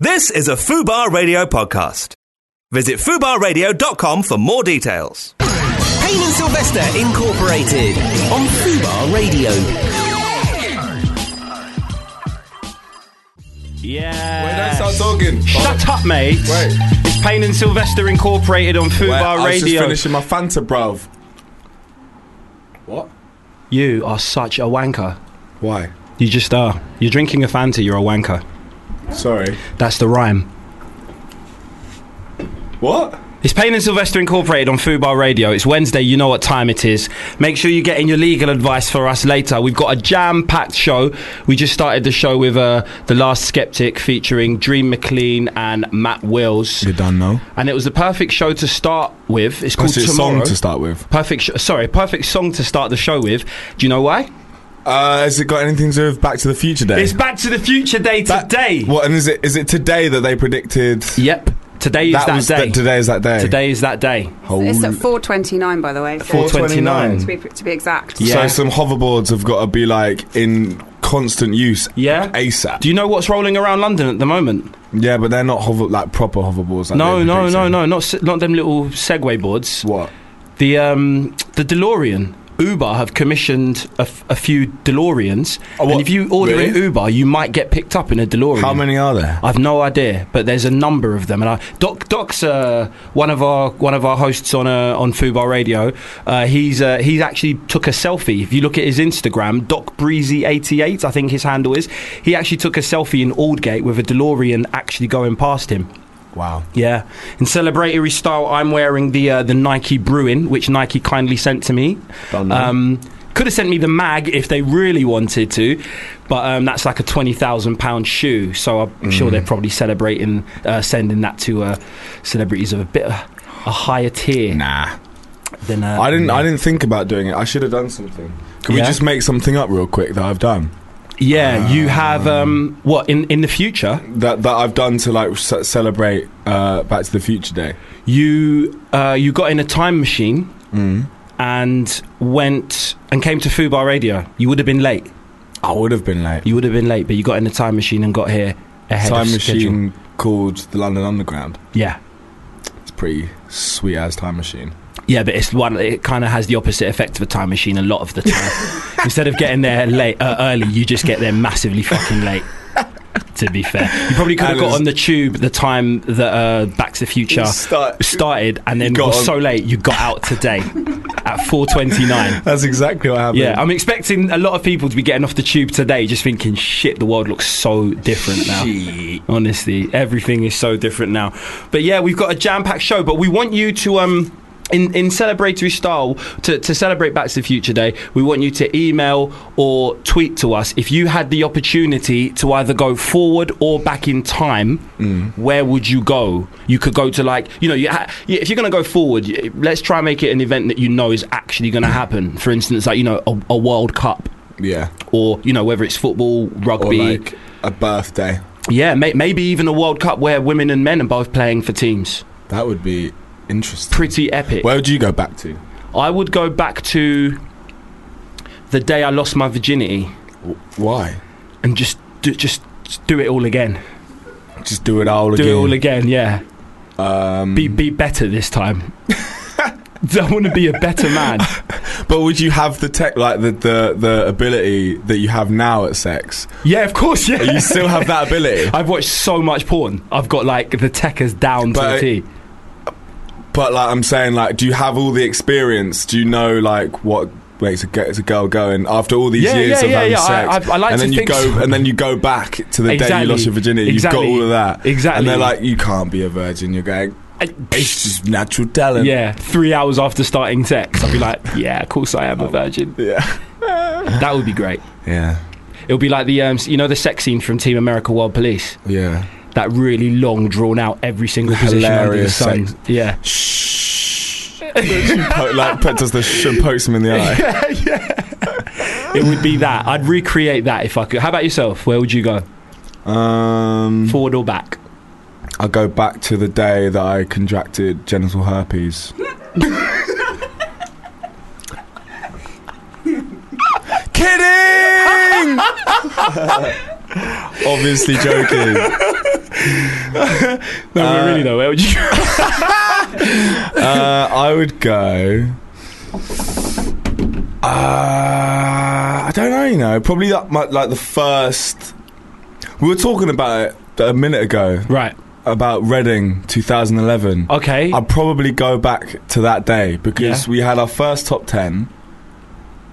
This is a FUBAR Radio podcast. Visit FUBARradio.com for more details. Payne and Sylvester Incorporated on Fubar Radio. Yeah. Wait, don't start talking. Shut up, mate. Wait. It's Payne and Sylvester Incorporated on Food Wait, Bar I was Radio. just finishing my Fanta, bruv. What? you are such a wanker. Why? You just are. You're drinking a Fanta, you're a wanker. Sorry. That's the rhyme. What? It's Payne and Sylvester Incorporated on Food Bar Radio. It's Wednesday, you know what time it is. Make sure you get in your legal advice for us later. We've got a jam packed show. We just started the show with uh, The Last Skeptic featuring Dream McLean and Matt Wills. done now. And it was the perfect show to start with. It's called What's your Tomorrow. song to start with? Perfect. Sh- sorry, perfect song to start the show with. Do you know why? Uh, has it got anything to do with Back to the Future Day? It's Back to the Future Day Back- today. What? And is it is it today that they predicted? Yep. Today is that, was day. that today is that day. Today is that day. It's Holy- at 4.29, by the way. so- 4:29. To be, to be exact. Yeah. So some hoverboards have got to be like in constant use. Yeah. ASAP. Do you know what's rolling around London at the moment? yeah, but they're not hover like proper hoverboards. Like no, they no, predicted. no, no, not se- not them little Segway boards. What? The um the DeLorean. Uber have commissioned a, f- a few DeLoreans, Oh, and what? if you order an Really? Uber, you might get picked up in a DeLorean. How many are there? I've no idea, but there's a number of them. And I, Doc, Doc's uh, one of our one of our hosts on uh, on Fubar Radio. Uh, he's uh, he's actually took a selfie. If you look at his Instagram, Doc Breezy eighty eight, I think his handle is. He actually took a selfie in Aldgate with a DeLorean actually going past him. Wow. Yeah, in celebratory style, I'm wearing the uh, the Nike Bruin, which Nike kindly sent to me. Um, could have sent me the mag if they really wanted to, but um, that's like a twenty thousand pound shoe. So I'm sure they're probably celebrating uh, sending that to uh, celebrities of a bit of a higher tier Nah. than. Uh, I didn't. I didn't think about doing it. I should have done something. Can we Yeah? just make something up real quick that I've done? Yeah, you have um, what in in the future? That that I've done to like ce- celebrate uh, Back to the Future Day. You uh, you got in a time machine Mm. and went and came to Fubar Radio. You would have been late. I would have been late. You would have been late, but you got in the time machine and got here ahead Time of schedule. machine called the London Underground. Yeah, It's pretty sweet as time machine. yeah, but it's one. It kind of has the opposite effect of a time machine. A lot of the time, instead of getting there late uh, early, you just get there massively fucking late. to be fair, you probably could have And got it's- on the tube the time that uh, Back to the Future Start- started, and then You got was on- so late you got out today at four twenty nine. That's exactly what happened. Yeah, I'm expecting a lot of people to be getting off the tube today, just thinking, shit, the world looks so different now. Honestly, everything is so different now. But yeah, we've got a jam-packed show, but we want you to um. In, in celebratory style, to, to celebrate Back to the Future Day, we want you to email or tweet to us if you had the opportunity to either go forward or back in time. Mm. Where would you go? You could go to like you know you ha- yeah, if you're going to go forward, y- let's try and make it an event that you know is actually going to happen. For instance, like you know a, a World Cup yeah. or you know whether it's football, Or rugby, like a birthday. yeah, may- maybe even a World Cup where women and men are both playing for teams. That would be interesting. Pretty epic. Where would you go back to? I would go back to the day I lost my virginity W- Why? and just do, just do it all again. Just do it all Do again. it all again. Yeah, Um, be be better this time. I want to be a better man. but would you have the tech, like the, the the ability that you have now at sex? Yeah, of course. Yeah, You still have that ability, I've watched so much porn. I've got like the techers down But to the T. but like I'm saying, like, do you have all the experience? Do you know like what makes a, ge- a girl going after all these Yeah, years yeah, of yeah, having yeah, I- sex? I- I like and to then you think go, so. and then you go back to the day Exactly. you lost your virginity. Exactly. You've got all of that, Exactly. And they're like, you can't be a virgin. You're going, it's just natural talent. Yeah, three hours after starting sex, I'd be like, yeah, of course I am Oh. a virgin. yeah, That would be great. yeah, It'll be like the um, you know the sex scene from Team America World Police. yeah. That really long, drawn out, every single position Hilarious under the sun. sex. Yeah, Shh. Po- like, put- does the sh- and pokes him in the eye. it would be that. I'd recreate that if I could. How about yourself? Where would you go? Um, Forward or back? I'll go back to the day that I contracted genital herpes. Kidding! Obviously joking. No, but really though, where would you go? Uh, I would go. Uh, I don't know. You know, probably that mu like the first. We were talking about it a minute ago Right. about Reading 2011. Okay. I'd probably go back to that day because Yeah. we had our first top ten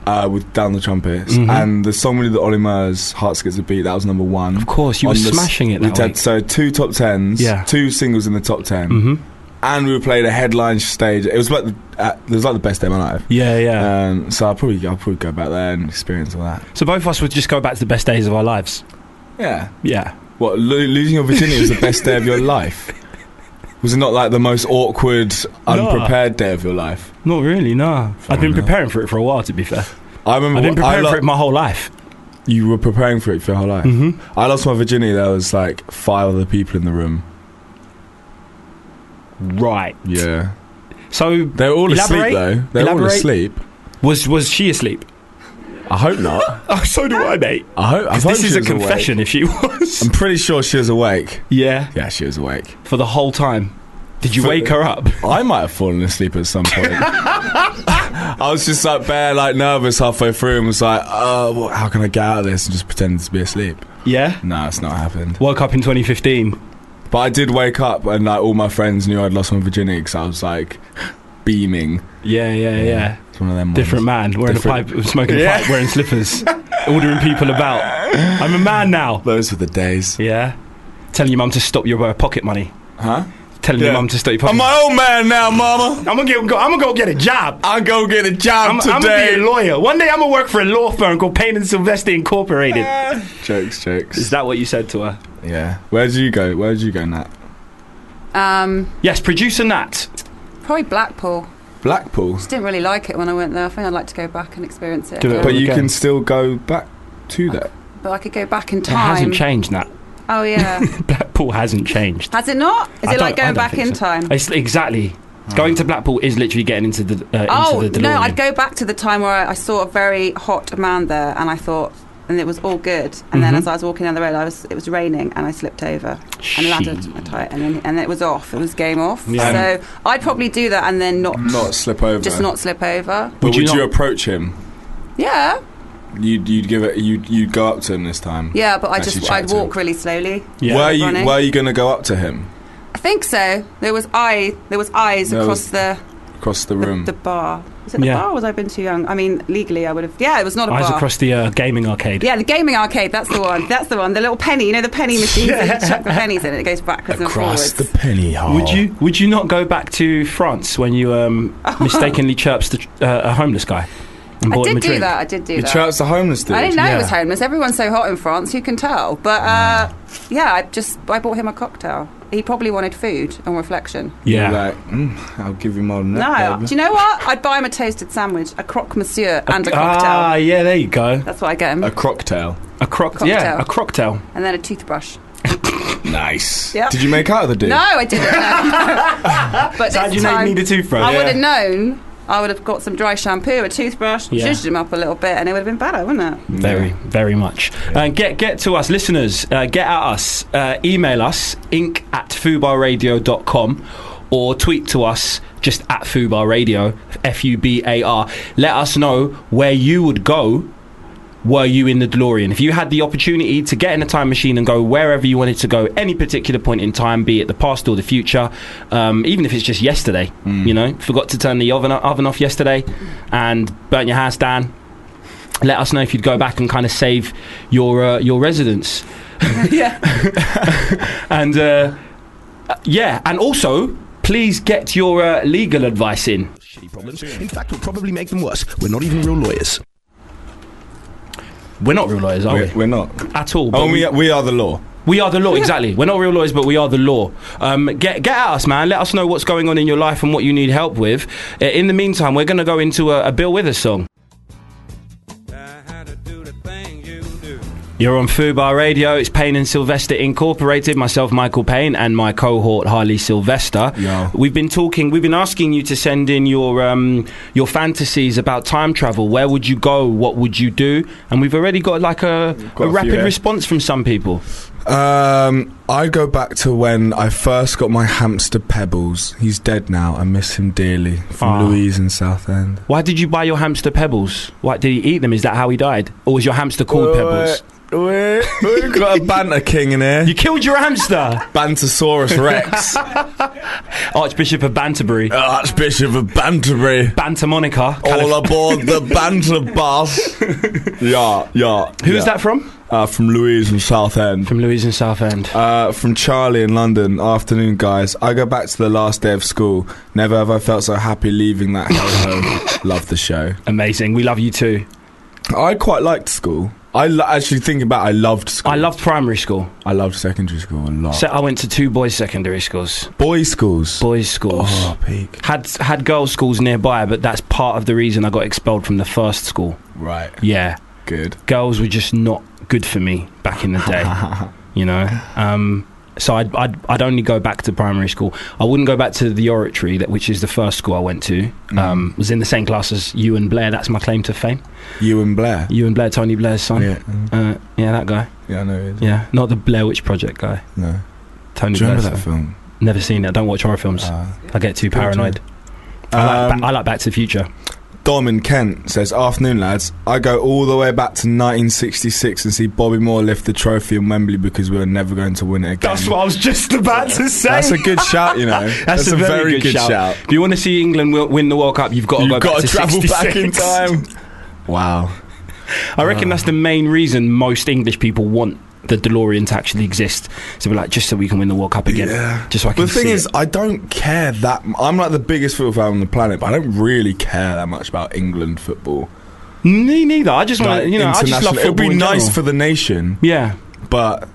uh, with Down the Trumpets Mhm. and the song we did the Ollie Murs, Hearts Gets a Beat, that was number one. of course, you On were the s- smashing it we that had week. so two top tens, Yeah. two singles in the top 10 hmm and we played a headline stage. It was like the, uh, it was like the best day of my life. Yeah, yeah. Um, so I'll probably I'll probably go back there and experience all that. so both of us would just go back to the best days of our lives. Yeah. Yeah. What lo- losing your virginity was the best day of your life? Was it not like the most awkward, unprepared day of your life? Not really, nah. I've been enough. preparing for it for a while, to be fair. I remember I've been what- I preparing lo- for it my whole life. you were preparing for it for your whole life. Mm-hmm. I lost my virginity. There was like five other people in the room. Right. Yeah, So they were all Elaborate? asleep though. They were all Elaborate? asleep. was was she asleep? I hope not. Oh, so do I, mate. I hope. I 'Cause hope this she is a was awake. confession if she was. I'm pretty sure she was awake. yeah. Yeah, she was awake. For the whole time. Did you For- wake her up? I might have fallen asleep at some point. I was just like bare, like nervous halfway through, and was like, "Oh, wha- how can I get out of this?" and just pretended to be asleep. Yeah. Nah, it's not happened. Woke up in 2015. But I did wake up, and like all my friends knew I'd lost my virginity because I was like beaming. Yeah, yeah, yeah. It's one of them. Different ones. man, wearing Different- a pipe, smoking a pipe, wearing slippers, ordering people about. I'm a man now. Those were the days, Yeah. Telling your mum to stop your uh, pocket money. huh? Telling your Yeah. mum to stop your pocket I'm money. my old man now, Mama. I'm gonna get, go, I'm gonna go get a job. I'll go get a I'm, job I'm gonna be today. a lawyer. One day I'm gonna work for a law firm called Payne and Sylvester Incorporated. jokes, Is jokes. that what you said to her? Yeah. Where did you go? Where did you go, Nat? Um, Yes, producer Nat. probably Blackpool. Blackpool. Just didn't really like it when I went there. I think I'd like to go back and experience it. Do it. again. But you Okay. can still go back to that. But I could go back in It time. hasn't changed, Nat. oh yeah, Blackpool hasn't changed. has it not? Is I it like don't- I going don't back think in so. time? It's exactly. Going to Blackpool is literally getting into the uh, into Oh the DeLorean. no, I'd go back to the time where I, I saw a very hot man there, and I thought, and it was all good. And then Mhm. as I was walking down the road, I was it was raining, and I slipped over and Shit. landed my tie, and then, and it was off. It was game off. Yeah. So I'd probably do that, and then Mm-hmm. not Not slip over. just not slip over. But Would would, you you, not- approach him? Yeah, You'd, you'd give it. You'd, you'd go up to him this time. yeah, but I Actually just I'd chat to walk really slowly. Yeah. were you Running. Were you going to go up to him I think so. There was eye. There was eyes There across the, across the the room? the bar. Was it the Yeah. bar? Or was I been too young? I mean, legally, I would have. Yeah, it was not a Eyes bar. across the uh, gaming arcade. Yeah, the gaming arcade. That's the one. That's the one. The little penny. You know the penny machine. where You chuck the pennies in, and it goes backwards Across and forwards. the penny hole. Would you Would you not go back to France when you um, mistakenly chirps the, uh, a homeless guy and I bought him a did do drink? that. I did do You that. chirped the homeless dude. I didn't know he was yeah. homeless. Everyone's so hot in France. You can tell. But uh, yeah, I just I bought him a cocktail. He probably wanted food. On reflection. You were Yeah. like, "Mm, I'll give you more than that. No, babe." do you know what? I'd buy him a toasted sandwich, a croque monsieur, and a cocktail. Ah, yeah, there you go. That's what I get him, a cocktail. A croc- Cocktail. Yeah, a cocktail. and then a toothbrush. Nice. Yeah. Did you make out with the dude? No, I didn't. no. but How this do you time, need a toothbrush? I would have Yeah. known. I would have got some dry shampoo, a toothbrush, Yeah. zhuzhed him up a little bit, and it would have been better, wouldn't it? Very, very much. And get get to us, listeners. Uh, get at us. Uh, email us, ink at fubarradio.com or tweet to us just at fubar radio, F U B A R. Let us know where you would go were you in the DeLorean? If you had the opportunity to get in a time machine and go wherever you wanted to go, any particular point in time, be it the past or the future, um, even if it's just yesterday, you know, forgot to turn the oven, oven off yesterday and burnt your house down, let us know if you'd go back and kind of save your uh, your residence. yeah. And uh, uh, yeah, and also please get your uh, legal advice in. shitty problems. In fact, we'll probably make them worse. We're not even real lawyers. We're not real lawyers, are we? We're, we're not. At all. but Oh, we- we, we are the law. We are the law, exactly. We're not real lawyers, but we are the law. Um, get get at us, man. Let us know what's going on in your life and what you need help with. Uh, In the meantime, we're going to go into a, a Bill Withers song. You're on Fubar Radio. It's Payne and Sylvester Incorporated. Myself, Michael Payne, and my cohort Harley Sylvester. Yeah. We've been talking. We've been asking you to send in your um, your fantasies about time travel. Where would you go? What would you do? And we've already got like a, Got a a few rapid here. response from some people. Um, I go back to when I first got my hamster Pebbles. He's dead now. I miss him dearly. From Ah. Louise in Southend. Why did you buy your hamster pebbles? Why did he eat them? Is that how he died? Or was your hamster called pebbles? uh, Wait, wait, we've got a banter king in here. You killed your hamster, Bantosaurus Rex, Archbishop of Banterbury, Archbishop of Banterbury. Banter Monica. All aboard the banter bus. yeah, yeah. Who's yeah. that from? Uh, from Louise in Southend. From Louise in Southend. Uh, from Charlie in London. Afternoon, guys. I go back to the last day of school. Never have I felt so happy leaving that hellhole. Love the show. Amazing. We love you too. I quite liked school. I lo- actually think about. I loved school. I loved primary school. I loved secondary school a lot. So I went to two boys' secondary schools, Boys' schools. boys' schools. oh, peak. Had had girls' schools nearby, but that's part of the reason I got expelled from the first school. Right. Yeah, Good. girls were just not good for me back in the day. you know, um, so I'd, I'd I'd only go back to primary school. I wouldn't go back to the oratory, that which is the first school I went to. Mm. Um, was in the same class as you and Blair. That's my claim to fame. You and Blair. You and Blair, Tony Blair's son. Yeah. Uh, yeah, that guy. Yeah, I know. It is. Yeah, not the Blair Witch Project guy. No. Tony Do you Blair's remember that son. film? Never seen it. I don't watch horror films. Uh, I get too paranoid. I, like Um, ba- I like Back to the Future. Dom in Kent says, Afternoon, lads. I go all the way back to 1966 and see Bobby Moore lift the trophy in Wembley because we were never going to win it again. I was just about to say. That's a good shout, you know. That's, a, very, good, shout. If you want to see England wi- win the World Cup, you've got to go You've got back to to travel 66. back in time. Wow. I reckon that's the main reason most English people want the DeLorean to actually exist. So we're like, just so we can win the World Cup again. Yeah. Just so I can The thing see is, it. I don't care that. m- I'm like the biggest football fan on the planet, but I don't really care that much about England football. me neither. I just want Like, to, you know, I just love international- football. It would be in nice general. for the nation, yeah. but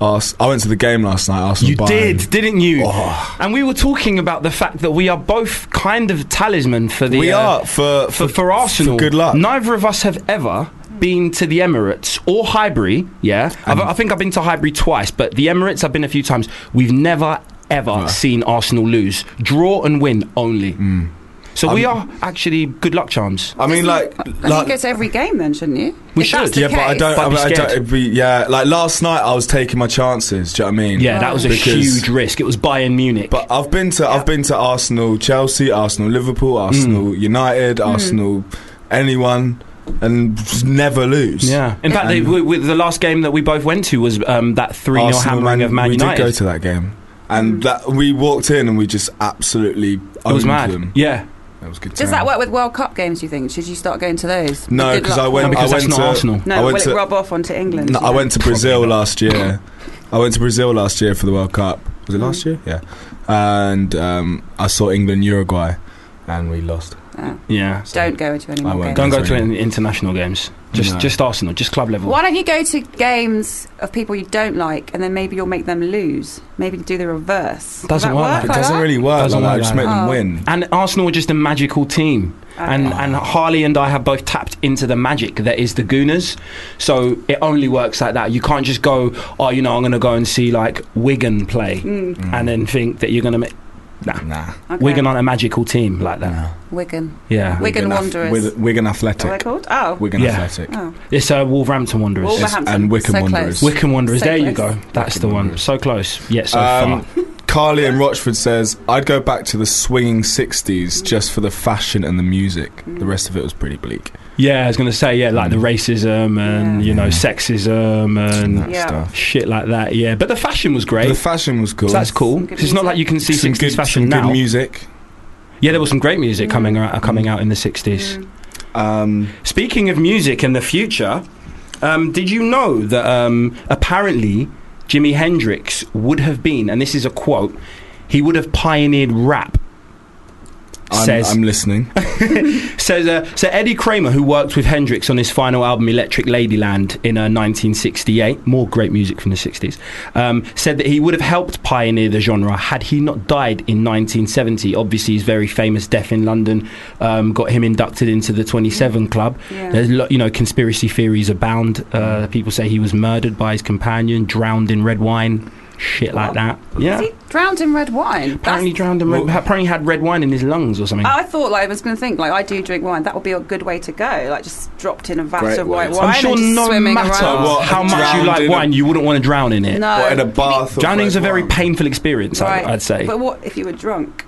Ars- I went to the game last night. Arsenal You Bayern. did, didn't you? Oh. And we were talking about the fact that we are both kind of talisman for the. We uh, are for for, for Arsenal. good luck. Neither of us have ever been to the Emirates or Highbury. Yeah, I've, I think I've been to Highbury twice, but the Emirates I've been a few times. We've never ever seen Arsenal lose, draw and win only. Mm. So we Um, are actually good luck charms. I mean, like, I think like you go to every game then, shouldn't you? We If that's should. the yeah, but I case- don't. But I, be mean, I don't scared. it'd be, yeah, like last night I was taking my chances. Do you know what I mean? Yeah, that was a Because- huge risk. It was Bayern Munich. But I've been to I've been to Arsenal, Chelsea, Arsenal, Liverpool, Mm. Arsenal, United, Mm. Arsenal, anyone, and just never lose. yeah, in fact, they, we, we, the last game that we both went to was um, that three 0 Arsenal, hammering Man- of Man we United. did go to that Mm. game, and that we walked in and we just absolutely owned it was mad. them. Yeah, That was good. Does time. that work with World Cup games? Do you think? Should you start going to those? The No, good because luck I went. ones? because I went that's not to Arsenal. I No, went will to, it rub off onto England? No, you I know? went to Brazil last year. I went to Brazil last year for the World Cup. Was it Hmm. last year? Yeah. And um, I saw England Uruguay, and we lost. yeah. Oh, Don't go to any I more won't. games. Don't go Sorry. to any international games. Just, No. just Arsenal. Just club level. Why don't you go to games of people you don't like, and then maybe you'll make them lose? Maybe do the reverse. Does Doesn't that work work. like It like doesn't that? really work. Doesn't like that. work I just like made them Oh. win. And Arsenal are just a magical team. And, Okay. and Harley and I have both tapped into the magic that is the Gooners. So it only works like that. You can't just go, oh, you know, I'm going to go and see like Wigan play and then think that you're going to make. Nah. Mm. Nah. Hmm, Okay. Wigan aren't a magical team like that. Wigan. Yeah. Wigan Ath- Wanderers. Wig- Wigan What are they Athletic. called? Oh, Wigan Yeah. Athletic. oh. It's uh, Wolverhampton Wanderers. Wolver- Wolverhampton and Wickham so Wanderers. Close. Wickham Wanderers. So there you close. go. That's the one. So close. Yet so Um, far. Carly in Rochford says, I'd go back to the swinging 60s Mm. just for the fashion and the music. The rest of it was pretty bleak. Yeah, I was going to say, yeah, like the racism and, Yeah. you know, sexism and That Yeah. stuff. shit like that. Yeah. But the fashion was great. But the fashion was cool. So that's cool. Some good 'Cause it's not music. like you can see Some 60s good, fashion some good now. music. yeah, there was some great music coming out, uh, coming out in the 60s. Um, Speaking of music in the future, um, did you know that um, apparently Jimi Hendrix would have been, and this is a quote, he would have pioneered rap. I'm, says I'm listening. says uh, so Eddie Kramer, who worked with Hendrix on his final album Electric Ladyland in uh, 1968, more great music from the 60s, um, said that he would have helped pioneer the genre had he not died in 1970. Obviously, his very famous death in London um, got him inducted into the 27 Club. Yeah. Mm. There's lo- you know conspiracy theories abound. Uh, people say he was murdered by his companion, drowned in red wine. shit like that. Yeah. Is he drowned in red wine? Apparently That's- drowned in red, apparently had red wine in his lungs or something. I thought like I was going to think like I do drink wine. That would be a good way to go. Like just dropped in a vat Great of white way. wine. I'm I'm sure and just no swimming matter around. What, how much you drowned like in a- wine, you wouldn't want to drown in it. No. What, in a bath? of Drowning's a red very wine? painful experience, Right. I, would say. But what if you were drunk?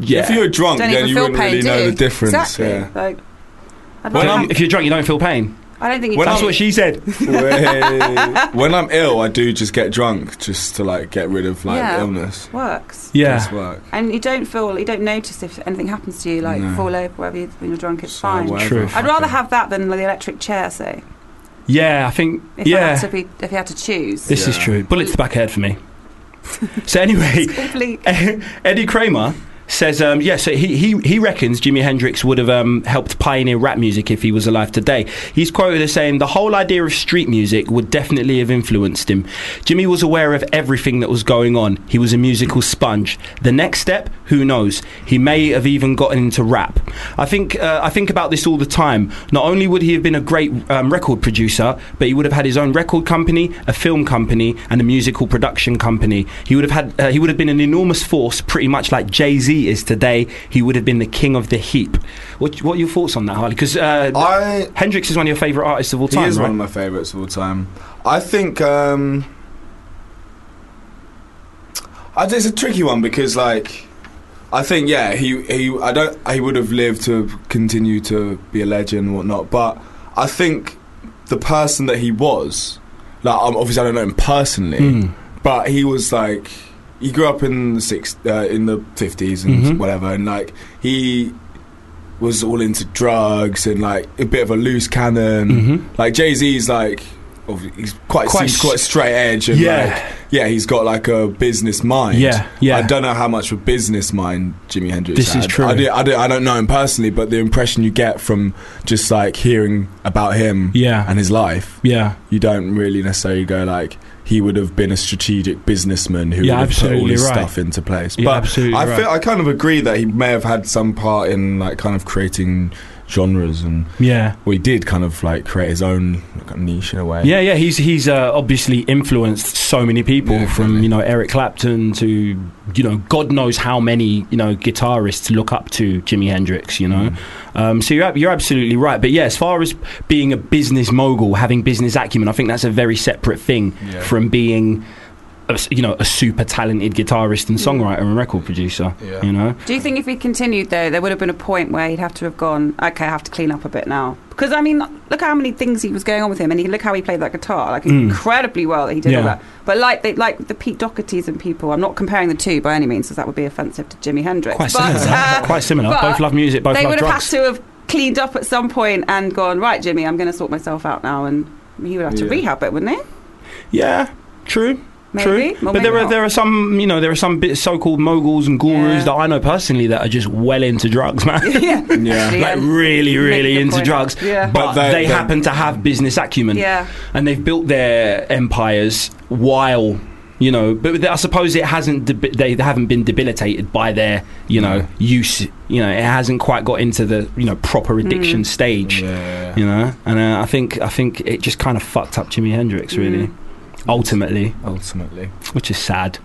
yeah. If you were drunk, Don't then even you feel wouldn't pain, really do know you? the difference. Exactly. Yeah. Like, I'd When like I'm- to- if you're drunk, you don't feel pain. I don't think you when can. That's what she said. Wait. when I'm ill, I do just get drunk just to like get rid of like Yeah. illness. works. Just Yeah. work. And you don't feel you don't notice if anything happens to you, like No. fall over, whatever. You, when you're drunk, it's So fine. whatever. True. I'd rather have that than the electric chair, say. Yeah, I think. If I Yeah. had to be, if you had to choose, This is Yeah. true. Bullet to the back of the head for me. so anyway, Hopefully- Eddie Kramer says, um, yeah, so he, he, he reckons Jimi Hendrix would have um, helped pioneer rap music if he was alive today. He's quoted as saying, the whole idea of street music would definitely have influenced him. Jimmy was aware of everything that was going on. He was a musical sponge. The next step, who knows? He may have even gotten into rap. I think, uh, I think about this all the time. Not only would he have been a great um, record producer, but he would have had his own record company, a film company, and a musical production company. He would have had uh, he would have been an enormous force, pretty much like Jay Z is today. He would have been the king of the heap. What what are your thoughts on that, Harley? Because uh, I Hendrix is one of your favorite artists of all time, he is right? one of my favourites of all time. I think um, I, it's a tricky one because, like, I think yeah, he he I don't he would have lived to continue to be a legend and whatnot, but I think the person that he was, like, um, obviously I don't know him personally, Mm. but he was like he grew up in the six uh, in the fifties and Mhm. whatever, and like he was all into drugs and like a bit of a loose cannon. Mhm. Like Jay Z's like obvi- he's Quite quite quite, s- quite straight edge and Yeah. like yeah he's got like a business mind. Yeah, yeah. I don't know how much of a business mind Jimi Hendrix. This is had. true. I, do, I, do, I don't know him personally, but the impression you get from just like hearing about him Yeah. and his life Yeah, you don't really necessarily go like he would have been a strategic businessman who Yeah, would have put all absolutely his right. stuff into place. Yeah, but absolutely I right. feel I kind of agree that he may have had some part in like kind of creating genres and yeah. well, he did kind of like create his own like, niche in a way. Yeah, yeah, he's he's uh, obviously influenced so many people Yeah, from definitely. you know Eric Clapton to you know God knows how many you know guitarists look up to Jimi Hendrix. You know, Mm. um, so you're ab- you're absolutely right. But yeah, as far as being a business mogul, having business acumen, I think that's a very separate thing Yeah. from being. A, s- you know, a super talented guitarist Mm. and songwriter and record producer. Yeah. You know, Do you think if he continued though, there would have been a point where he'd have to have gone, okay, I have to clean up a bit now? Because I mean, look how many things he was going on with him, and he, look how he played that guitar, like Mm. incredibly well that he did all Yeah. that. But like, they, like the Pete Dohertys and people, I'm not comparing the two by any means, because that would be offensive to Jimi Hendrix. quite but similar. uh, quite similar. but Both love music. Both they love would have had drugs. to have cleaned up at some point and gone, right, Jimmy, I'm going to sort myself out now, and he would have to Yeah. rehab it, wouldn't he? Yeah, true. Maybe, True, Well, but there maybe are not. there are some you know there are some bit so-called moguls and gurus Yeah. that I know personally that are just well into drugs, man. yeah, Yeah. Actually, like yeah. really, really good into point. drugs. Yeah. But, But they- they, they- happen to have business acumen, Yeah. and they've built their empires while you know. But I suppose it hasn't debi- they haven't been debilitated by their you know No. use. You know, it hasn't quite got into the you know proper Mm. addiction stage. Yeah. You know, and uh, I think I think it just kind of fucked up Jimi Hendrix really, Mm. ultimately, Ultimately, which is sad.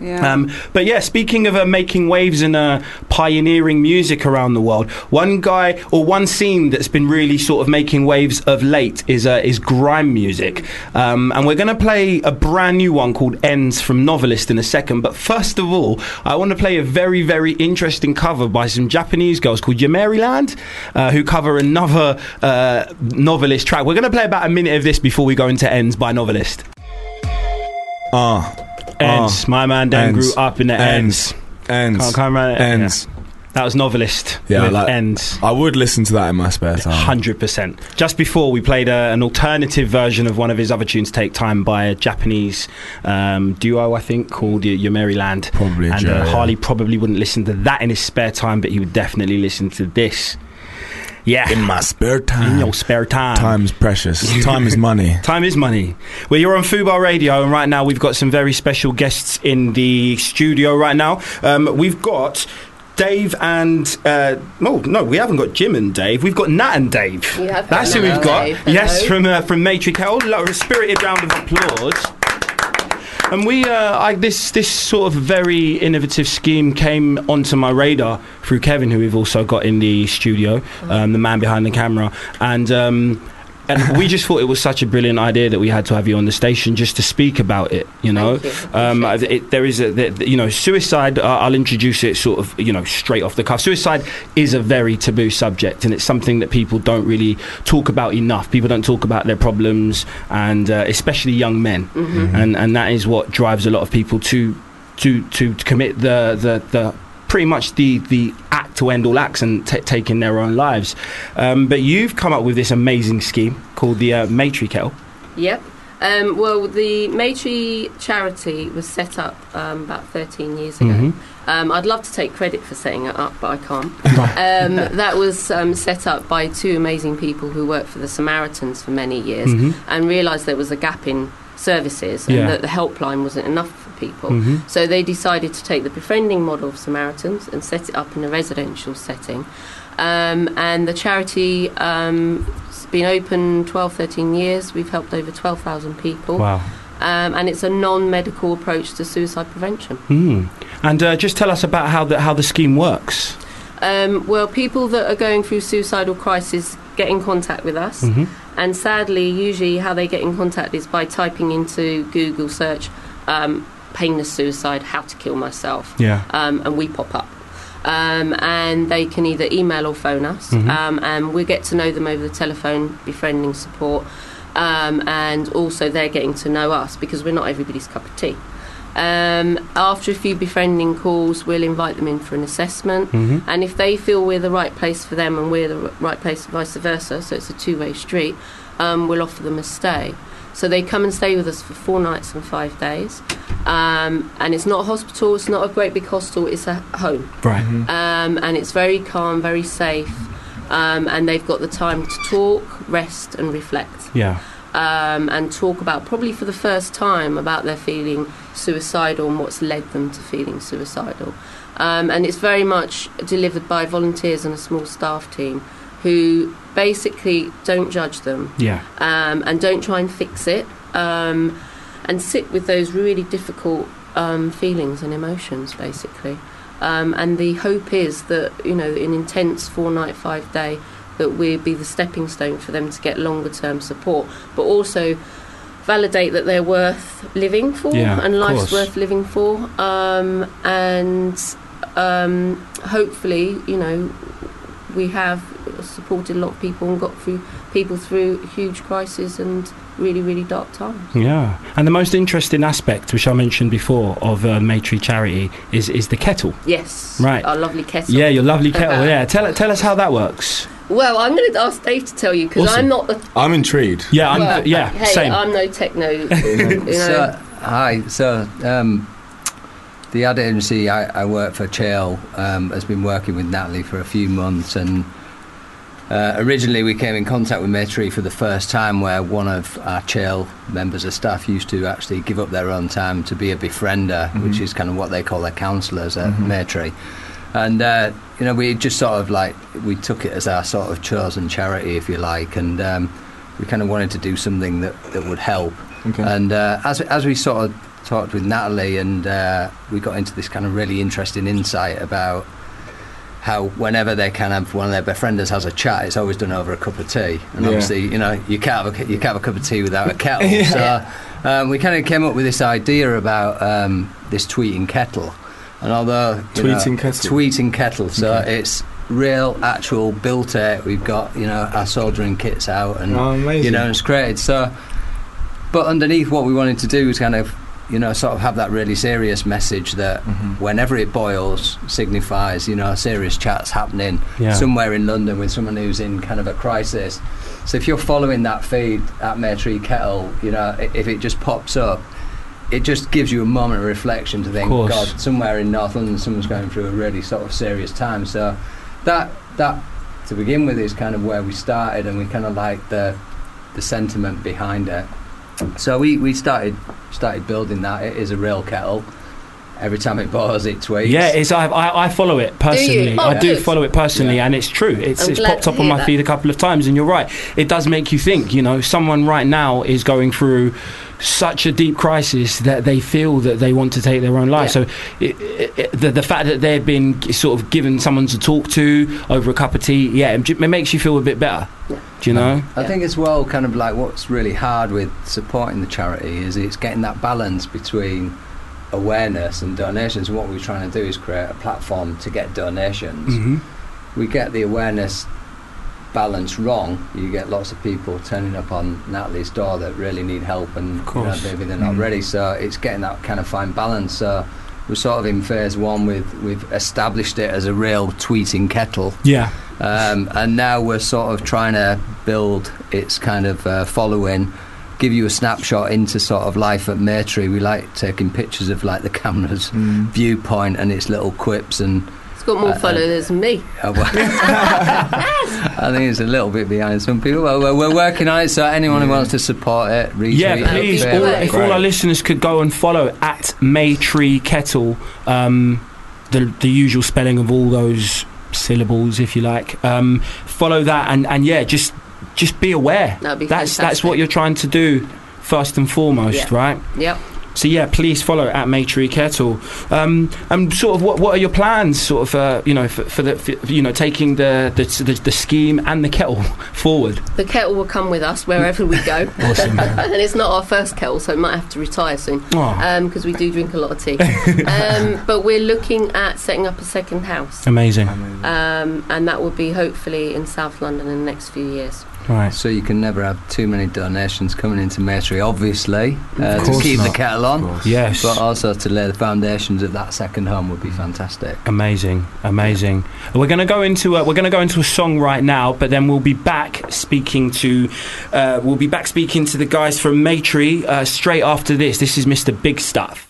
Yeah. Um, but yeah, speaking of uh, making waves and uh, pioneering music around the world, one guy or one scene that's been really sort of making waves of late is uh, is grime music, um, and we're going to play a brand new one called "Ends" from Novelist in a second. But first of all, I want to play a very very interesting cover by some Japanese girls called Yameriland, uh, who cover another uh, Novelist track. We're going to play about a minute of this before we go into "Ends" by Novelist. ah, Ends, my man Dan Ends. grew up in the ends. ends, ends, Can't come around it. ends. That was novelist. Yeah, I with like- Oh. ends. I would listen to that in my spare time. Hundred percent. Just before we played a, an alternative version of one of his other tunes, "Take Time," by a Japanese um, duo, I think, called Y- Your Maryland. Probably, And Joe, uh, yeah. Harley probably wouldn't listen to that in his spare time, but he would definitely listen to this. Yeah, In my spare in time. your spare time. Time's precious. Time is money. Time is money. Well, you're on Fubar Radio, and right now we've got some very special guests in the studio. Right now, um, we've got Dave and uh, oh no, we haven't got Jim and Dave. We've got Nat and Dave. We have That's got who Nat we've and got. Dave. Yes, Hello. from uh, from Matrix. Hold a spirited round of applause. And we, uh, I, this this sort of very innovative scheme came onto my radar through Kevin, who we've also got in the studio, um, the man behind the camera, and. Um, and we just thought it was such a brilliant idea that we had to have you on the station just to speak about it. You know, um, I- it, there is a the, the- you know suicide. Uh, I'll introduce it sort of you know straight off the cuff. Suicide is a very taboo subject, and it's something that people don't really talk about enough. People don't talk about their problems, and uh, especially young men, and and that is what drives a lot of people to to to commit the the the. Pretty much the, the act to end all acts and ta taking their own lives. Um, but you've come up with this amazing scheme called the uh, Matri Kettle. Yep. Um, well, the Matri charity was set up um, about 13 years ago. Mhm. Um, I'd love to take credit for setting it up, but I can't. um, that was um, set up by two amazing people who worked for the Samaritans for many years Mhm. and realised there was a gap in services and Yeah. that the helpline wasn't enough for people. Mhm. So they decided to take the befriending model of Samaritans and set it up in a residential setting. Um, and the charity um, has been open 12, 13 years. We've helped over 12,000 people. Wow. Um, and it's a non medical approach to suicide prevention. Mm. And uh, just tell us about how the how the scheme works. Um, well, people that are going through suicidal crisis get in contact with us. Hmm. Mm-hmm. And sadly, usually how they get in contact is by typing into Google search um, painless suicide, how to kill myself. Yeah. um, and we pop up. Um, and they can either email or phone us, um, and we get to know them over the telephone, befriending support, um, and also they're getting to know us because we're not everybody's cup of tea. Um, after a few befriending calls, we'll invite them in for an assessment, Mm-hmm. and if they feel we're the right place for them and we're the r- right place, vice versa, so it's a two way street, um, we'll offer them a stay. So they come and stay with us for four nights and five days. Um, and it's not a hospital, it's not a great big hostel, it's a home. Right. Um, and it's very calm, very safe. Um, and they've got the time to talk, rest, and reflect. Yeah. Um, and talk about, probably for the first time, about their feeling suicidal and what's led them to feeling suicidal. Um, and it's very much delivered by volunteers and a small staff team who basically don't judge them Yeah. um, and don't try and fix it um, and sit with those really difficult um, feelings and emotions basically um, and the hope is that you know an intense four night five day that we'll be the stepping stone for them to get longer term support but also validate that they're worth living for Yeah, of and life's course. worth living for um, and um, hopefully you know we have supported a lot of people and got through people through huge crises and really really dark times. Yeah. And the most interesting aspect, which I mentioned before, of uh, Matri Charity is is the kettle. Yes, Right. Our lovely kettle. Yeah, your lovely Uh-huh. kettle. Yeah. Tell tell us how that works. Well, I'm going to ask Dave to tell you because Awesome. I'm not the. I'm intrigued. Yeah. I'm, well, uh, yeah. Hey, same. I'm no techno. you know. So, hi. So, um, the ad agency I, I work for, Chael, um, has been working with Natalie for a few months. And uh, originally, we came in contact with Maitri for the first time, where one of our Chael members of staff used to actually give up their own time to be a befriender, which is kind of what they call their counsellors at Maitri. And uh, you know, we just sort of like we took it as our sort of chosen charity, if you like, and um, we kind of wanted to do something that, that would help. Okay. And uh, as as we sort of talked with Natalie, and uh, we got into this kind of really interesting insight about how whenever they can have one of their befrienders has a chat, it's always done over a cup of tea. And Yeah. obviously, you know, you can't have a, you can't have a cup of tea without a kettle. So um, we kind of came up with this idea about um, this tweeting kettle. And although you know, Tweeting kettle? tweeting kettle, so it's real, actual, built it. We've got you know our soldering kits out, and Oh, amazing. you know it's created. So, but underneath what we wanted to do was kind of you know sort of have that really serious message that Mm-hmm. whenever it boils signifies you know serious chats happening Yeah. somewhere in London with someone who's in kind of a crisis. So if you're following that feed at Maytree Kettle, you know i- if it just pops up. It just gives you a moment of reflection to think, course. God, somewhere in North London, someone's going through a really sort of serious time. So that that to begin with is kind of where we started, and we kind of like the the sentiment behind it. So we, we started started building that. It is a real kettle. every time it bars, it tweets. Yeah, it's I, I, I follow it personally. Oh, I do good. follow it personally, and it's true. It's I'm it's glad popped to up on hear my that. feed a couple of times, and you're right. It does make you think. You know, someone right now is going through such a deep crisis that they feel that they want to take their own life. Yeah. So it, it, it- the the fact that they've been g- sort of given someone to talk to over a cup of tea, yeah, it, j- it makes you feel a bit better. Do you know? I Yeah. think as well, kind of like what's really hard with supporting the charity is it's getting that balance between awareness and donations. What we're trying to do is create a platform to get donations. Mhm. We get the awareness balance wrong. You get lots of people turning up on Natalie's door that really need help, and you know, course. maybe they're not ready. So it's getting that kind of fine balance. So we're sort of in phase one with we've established it as a real tweeting kettle Yeah. um, and now we're sort of trying to build its kind of uh, following give you a snapshot into sort of life at Maitri we like taking pictures of like the camera's Mm-hmm. viewpoint and its little quips and It's got more Uh, uh, Uh-uh. followers than me. uh, well, I think it's a little bit behind some people well we're, we're working on it so anyone who wants to support it retweet Yeah, it, please. share All, it. if all our listeners could go and follow at Maytree Kettle, um, the the usual spelling of all those syllables, if you like. Um, follow that, and and yeah, just just be aware. That'd be that's that's fantastic. what you're trying to do first and foremost, Yeah. right? Yep. So yeah, please follow at Maytree Kettle. Um, and sort of what what are your plans, sort of uh, you know for, for the for, you know taking the, the the the scheme and the kettle forward? The kettle will come with us wherever we go. Awesome. and it's not our first kettle, so we might have to retire soon Oh, because we do drink a lot of tea. um, but we're looking at setting up a second house, amazing. um, and that will be hopefully in South London in the next few years. Right. so you can never have too many donations coming into Maitri obviously uh, to course keep the not. kettle on Yes. but uh, also to lay the foundations of that second home would be fantastic Amazing, amazing. We're gonna go into a, we're gonna go into a song right now, but then we'll be back speaking to uh, we'll be back speaking to the guys from Maitri uh, straight after this. This is Mr. Big Stuff.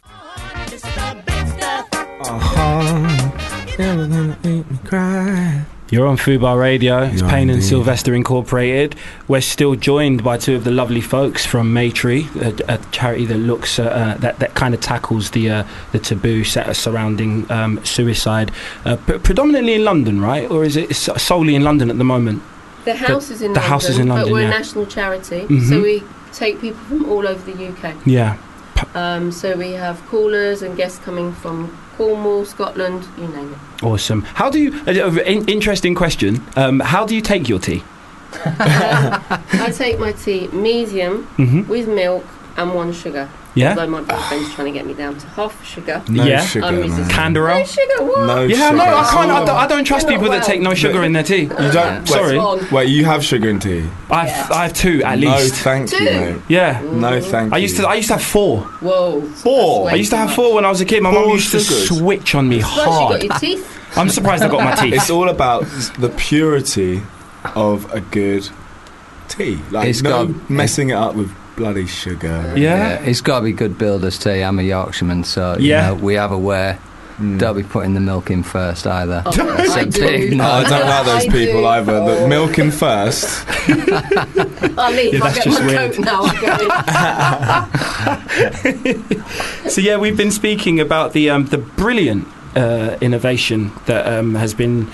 You're on Fubar Radio. It's Yeah, Payne and indeed. Sylvester Incorporated. We're still joined by two of the lovely folks from Maitri, a, a charity that looks uh, uh, that that kind of tackles the uh, the taboo set surrounding um, suicide, uh, pre- predominantly in London, right? Or is it so- solely in London at the moment? The house is in the London, house is in London, but we're yeah. a national charity, Mhm. so we take people from all over the UK. Yeah, Um, so we have callers and guests coming from Cornwall, Scotland, you name it. awesome. How do you? Uh, uh, in- interesting question. Um, how do you take your tea? I take my tea medium Mm-hmm. with milk and one sugar. Yeah, Although my boyfriend's trying to get me down to half sugar. No Yeah. sugar, I'm man. resistant. Candor No ale. sugar, what? No Yeah, sugar. no, I can't. I Oh. don't, I don't trust You're not people that well. take no sugar in their tea. You don't. That's Sorry. wrong. Wait, you have sugar in tea? I've I've two at no, least. thank you, Two. mate. Yeah. No, thank you. I used to I used to have four. Whoa. Four? That's I way used to too have much. four when I was a kid. My mum Four used to sugars. switch on me Plus you got hard. your teeth. I'm surprised I got my It's teeth. all about the purity of a good tea. Like It's no got- messing it up with bloody sugar. Yeah. it's got to be good builders tea. I'm a Yorkshireman, so you Yeah. know, we have a wear. Mm. Don't be putting the milk in first either. Oh, That's I a big do. Oh, I no. don't like those I people do. either. Oh. That milking first. I'll leave. Yeah, I'll that's get just my weird. coat now. I'll go. So yeah, we've been speaking about the um, the brilliant uh, innovation that um, has been.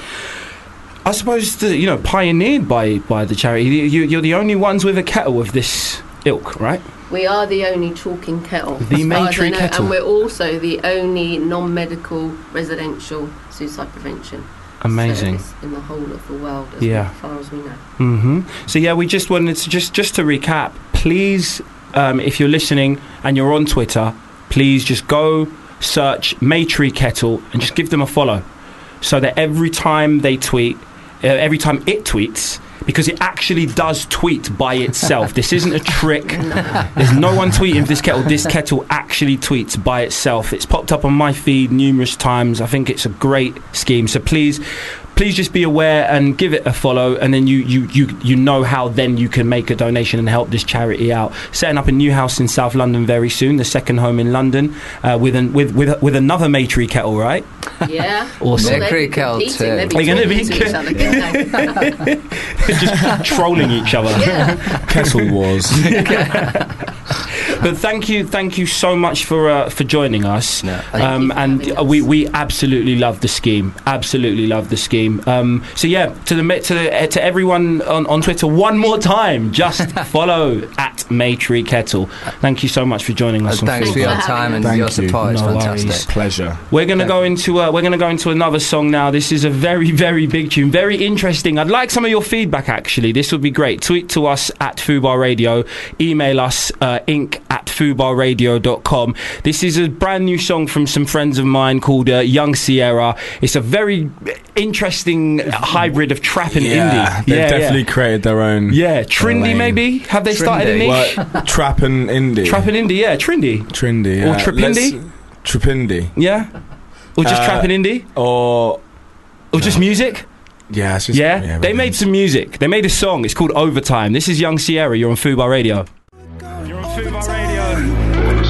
I suppose the, you know pioneered by by the charity. You- You, you're the only ones with a kettle of this ilk, right? we are the only chalking kettle. The as far main as I tree know, kettle. And we're also the only non-medical residential suicide prevention Amazing. service in the whole of the world, as Yeah. far as we know. hmm So yeah, we just wanted to just just to recap. Please, um, if you're listening and you're on Twitter, please just go search Maytree Kettle and just give them a follow, so that every time they tweet, uh, every time it tweets. Because it actually does tweet by itself. this isn't a trick. There's no one tweeting this kettle. This kettle actually tweets by itself. It's popped up on my feed numerous times. I think it's a great scheme. So please please just be aware and give it a follow and then you, you, you, you know how then you can make a donation and help this charity out setting up a new house in south london very soon the second home in london uh, with, an, with, with, with another matry kettle right Yeah. Awesome. Well, they'd be Kettle competing, too. they'd They're gonna talking be to co- each other, couldn't they? just trolling each other Yeah. Kettle wars. But thank you, thank you so much for uh, for joining us. No, thank um, you for and having uh, us. we we absolutely love the scheme. Absolutely love the scheme. Um, so yeah, to the ma- to the, uh, to everyone on, on Twitter, one more time, just follow at Maytree Kettle. Thank you so much for joining us. on Uh, thanks Full for your Colour. having time us. and Thank your you. support. it's No worries. fantastic. Pleasure. We're gonna go into uh, we're gonna go into another song now. This is a very very big tune, very interesting. I'd like some of your feedback actually. This would be great. Tweet to us at Fubar Radio, email us uh, inc at fubarradio.com. This is a brand new song from some friends of mine called uh, Young Sierra. It's a very interesting hybrid of trap and indie. they've yeah, definitely created their own. yeah. yeah. Trindy lane. maybe. Have they started a Trindy. niche? Well, trap and indie. Trap and indie. Yeah, Trindy. Trindy. Or yeah. Tripindi? Let's- Tripindi. Yeah. Or just Uh, trap and indie, Or or just music. yeah, it's just, Yeah, they but- made some music. They made a song. It's called Overtime. This is Young Sierra. You're on Fubar Radio. You're on Fubar Radio.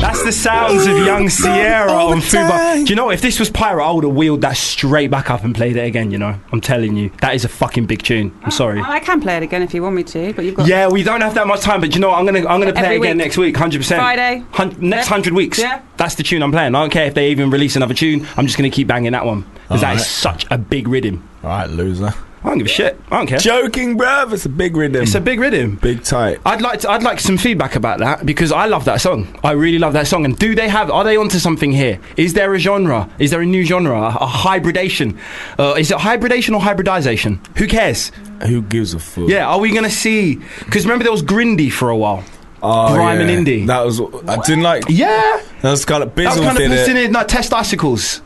That's the sounds of Young Sierra on Fubar. Do you know what? if this was Pirate, I would have wheeled that straight back up and played it again. You know, I'm telling you, that is a fucking big tune. I'm sorry. I can play it again if you want me to, but you've got Yeah, we don't have that much time, but do you know what? I'm gonna I'm gonna play Every it again week. next week, hundred percent. Friday. next Yeah. hundred weeks. Yeah. that's the tune I'm playing. I don't care if they even release another tune. I'm just gonna keep banging that one because that is such a big rhythm. All right, loser. I don't give a shit. I don't care. Joking, bruv. It's a big rhythm. It's a big rhythm. big tight. I'd like to, I'd like some feedback about that because I love that song. I really love that song. And do they have? Are they onto something here? Is there a genre? Is there a new genre? A, a hybridation? Uh, is it hybridation or hybridization? Who cares? Who gives a fuck? Yeah. Are we gonna see? Because remember there was Grindy for a while. oh, Grime and indie. That was I didn't like. Yeah. That was kind of That Bizzle was kind of did it. in it. No, test icicles.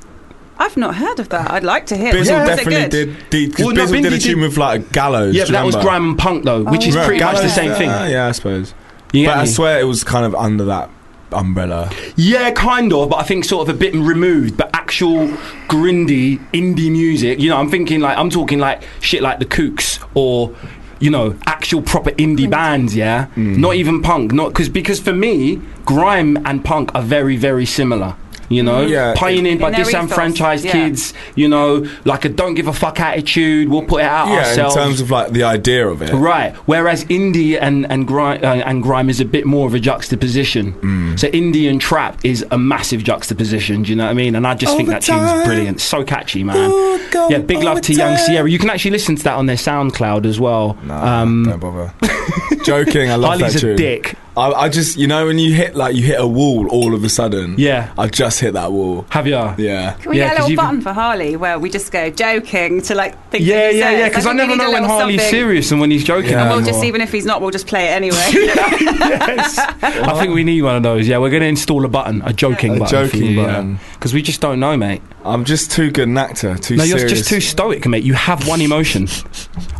I've not heard of that. I'd like to hear. it. Bizzle Is it definitely good? did. did 'cause Well, no, Bizzle did a Bindi tune did- with like a gallows. Yeah, but do you that was remember? grime and punk though, which is yeah. pretty much the Gallows, same uh, thing. yeah, I suppose. You get But I me? swear it was kind of under that umbrella. Yeah, kind of, but I think sort of a bit removed. But actual grindy indie music, you know, I'm thinking like I'm talking like shit like the Kooks or you know actual proper indie bands. Yeah, not even punk. Not because because for me, grime and punk are very very similar. You know, Mm. Yeah, pioneered by In their ethos, disenfranchised yeah. kids. You know, like a don't give a fuck attitude. We'll put it out yeah, ourselves. in terms of like the idea of it. Right. Whereas indie and and grime, uh, and grime is a bit more of a juxtaposition. Hmm. So indie and trap is a massive juxtaposition. Do you know what I mean? And I just think that tune's Overtime. brilliant. So catchy, man. Ooh, go yeah. Big love to Young overtime. Sierra. You can actually listen to that on their SoundCloud as well. Uh, Nah, Ah, don't bother. Joking, I love Um, Harley's that a tune. dick. I, I just, you know, when you hit like you hit a wall all of a sudden. Yeah. I just hit that wall. Have ya? Yeah. Can we Yeah, get 'cause a little you've- button for Harley where we just go joking to like think Yeah, that he yeah, says? yeah. Because I, think we never need a know when little Harley's something. serious and when he's joking. Yeah. And I'm we'll like, just more. even if he's not, we'll just play it anyway. yes. I think we need one of those. Yeah, we're going to install a button, a joking A button. joking button. Because we just don't know, mate. I'm just too good an actor. Too No, serious. you're just too stoic, mate. You have one emotion.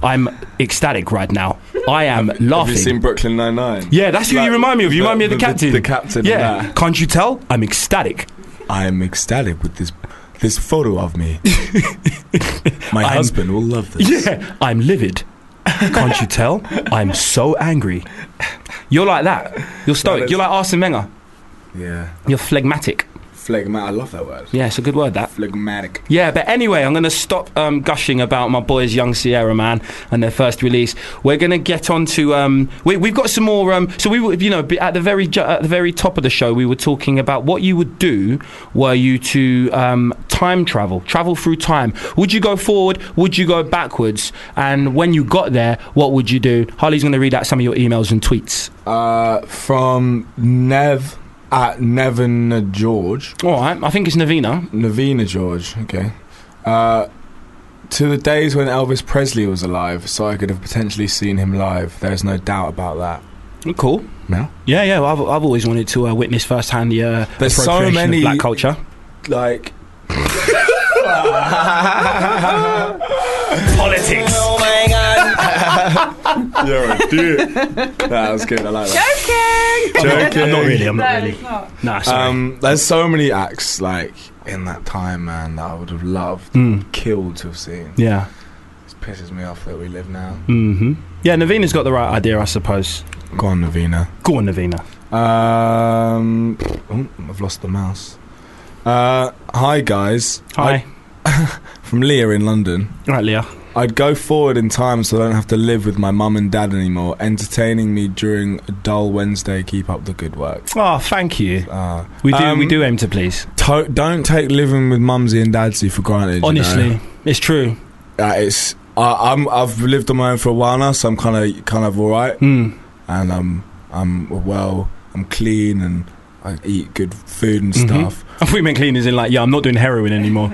I'm ecstatic right now. I am Have you seen laughing. Brooklyn Nine Nine? Yeah, that's who Like, you remind me of. You the- remind me of the, the- the- captain. the captain and Yeah. that. Can't you tell? I'm ecstatic. I am ecstatic with this this photo of me. My I'm- husband will love this. Yeah. I'm livid. Can't you tell? I'm so angry. You're like that. You're stoic. it's- You're like Arsene Wenger. Yeah. You're phlegmatic. Phlegmatic. I love that word. Yeah, it's a good word that. Phlegmatic. Yeah, but anyway, I'm going to stop um, gushing about my boys, Young Sierra Man, and their first release. We're going to get on to um, we, we've got some more. Um, so we, were, you know, be- at the very ju- at the very top of the show, we were talking about what you would do were you to um, time travel, travel through time. Would you go forward? Would you go backwards? And when you got there, what would you do? Harley's going to read out some of your emails and tweets. Uh, from Nev at Nevin George. All right, I think it's Navina. Navina George, okay. Uh, to the days when Elvis Presley was alive, so I could have potentially seen him live. There's no doubt about that. Cool. No? Yeah, yeah. Well, I've, I've always wanted to uh, witness firsthand the uh, There's so appropriation many- of black culture. Like, Politics. oh my god! You're a dude. That was good. I like that. joking. Joking. I'm not really. I'm not No, really. it's not. Nah, sorry. Um, there's so many acts like in that time, man, that I would have loved, Mm. killed to have seen. Yeah. It pisses me off that we live now. hmm Yeah, Navina's got the right idea, I suppose. Go on, Navina. Go on, Navina. Um, oh, I've lost the mouse. Uh, hi guys. Hi. I- from Leah in London. All right, Leah. I I'd go forward in time so I don't have to live with my mum and dad anymore, entertaining me during a dull Wednesday. Keep up the good work. Oh, thank you. Uh, We do, Um, we do aim to please. to- don't take living with mumsy and dadsy for granted. you know. Honestly, it's true. Uh, it's I, I'm I've lived on my own for a while now, so I'm kind of kind of all right, Mm. and I'm I'm well, I'm clean, and I eat good food and Mhm. stuff. We meant cleaners in like, yeah, I'm not doing heroin anymore.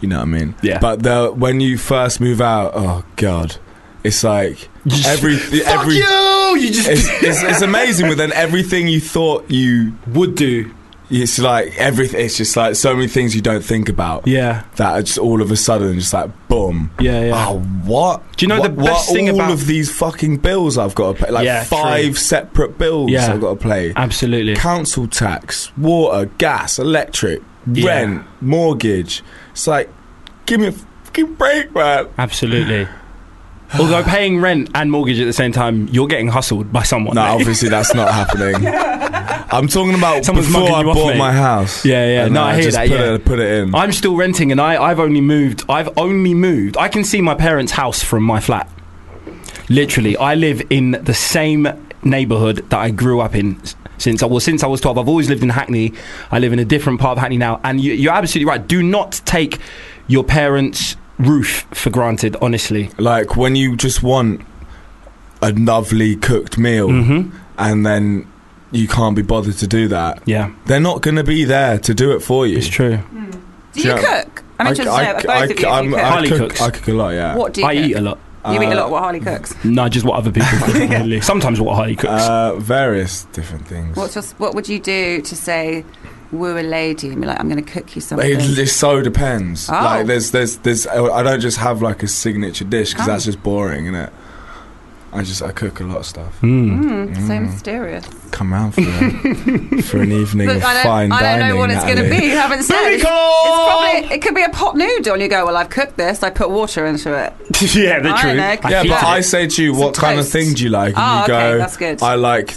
You know what I mean? Yeah. But the, when you first move out, oh god, it's like Just- every every. you! You just It's, it's, it's amazing, but then everything you thought you would do. it's like everything. It's just like so many things you don't think about Yeah, that are just all of a sudden just like boom. yeah, yeah. Oh, what? Do you know the What- best what thing all about- of these fucking bills I've got to pay? Like Yeah, true. five separate bills Yeah. I've got to play. Absolutely. Council tax, water, gas, electric, Yeah. rent, mortgage. It's like, give me a fucking break, man. Absolutely. Although paying rent and mortgage at the same time, you're getting hustled by someone. No, mate. obviously that's not happening. I'm talking about Someone's before mugging I you off, bought mate. my house. Yeah, yeah. And No, I hear just that, Put yeah. it, put it in. I'm still renting, and I, I've only moved. I've only moved. I can see my parents' house from my flat. Literally, I live in the same neighbourhood that I grew up in s- since I was since I was 12. I've always lived in Hackney. I live in a different part of Hackney now, and you, you're absolutely right. Do not take your parents' roof for granted. Honestly, like when you just want a lovely cooked meal, mm-hmm. and then you can't be bothered to do that. yeah, They're not going to be there to do it for you. it's true. Do you Yeah. cook? I'm interested to know both of you. I'm- if you I cook. Harley cook- cooks. I cook a lot, yeah. what do you I cook? eat a lot. You eat a Uh, lot of what Harley cooks. No, just what other people cook. really. Sometimes what Harley cooks. Uh, various different things. What's your, what would you do to say woo a lady and be like, I'm going to cook you something? it, it so depends. Oh. Like there's there's there's I don't just have like a signature dish because Oh. that's just boring, isn't it? I just I cook a lot of stuff. Mm. Mm, so Mm. mysterious. Come round for a- for an evening Look, of I fine don't, I dining. don't know what it's going to Natalie. be. You haven't said. It's, it's probably, it could be a pot noodle, and you go, "Well, I've cooked this. I put water into it." yeah, the I don't truth. know. I Yeah, hate but it. I say to you, what Some kind of toast. thing do you like? And Oh, you go, okay, that's good. I like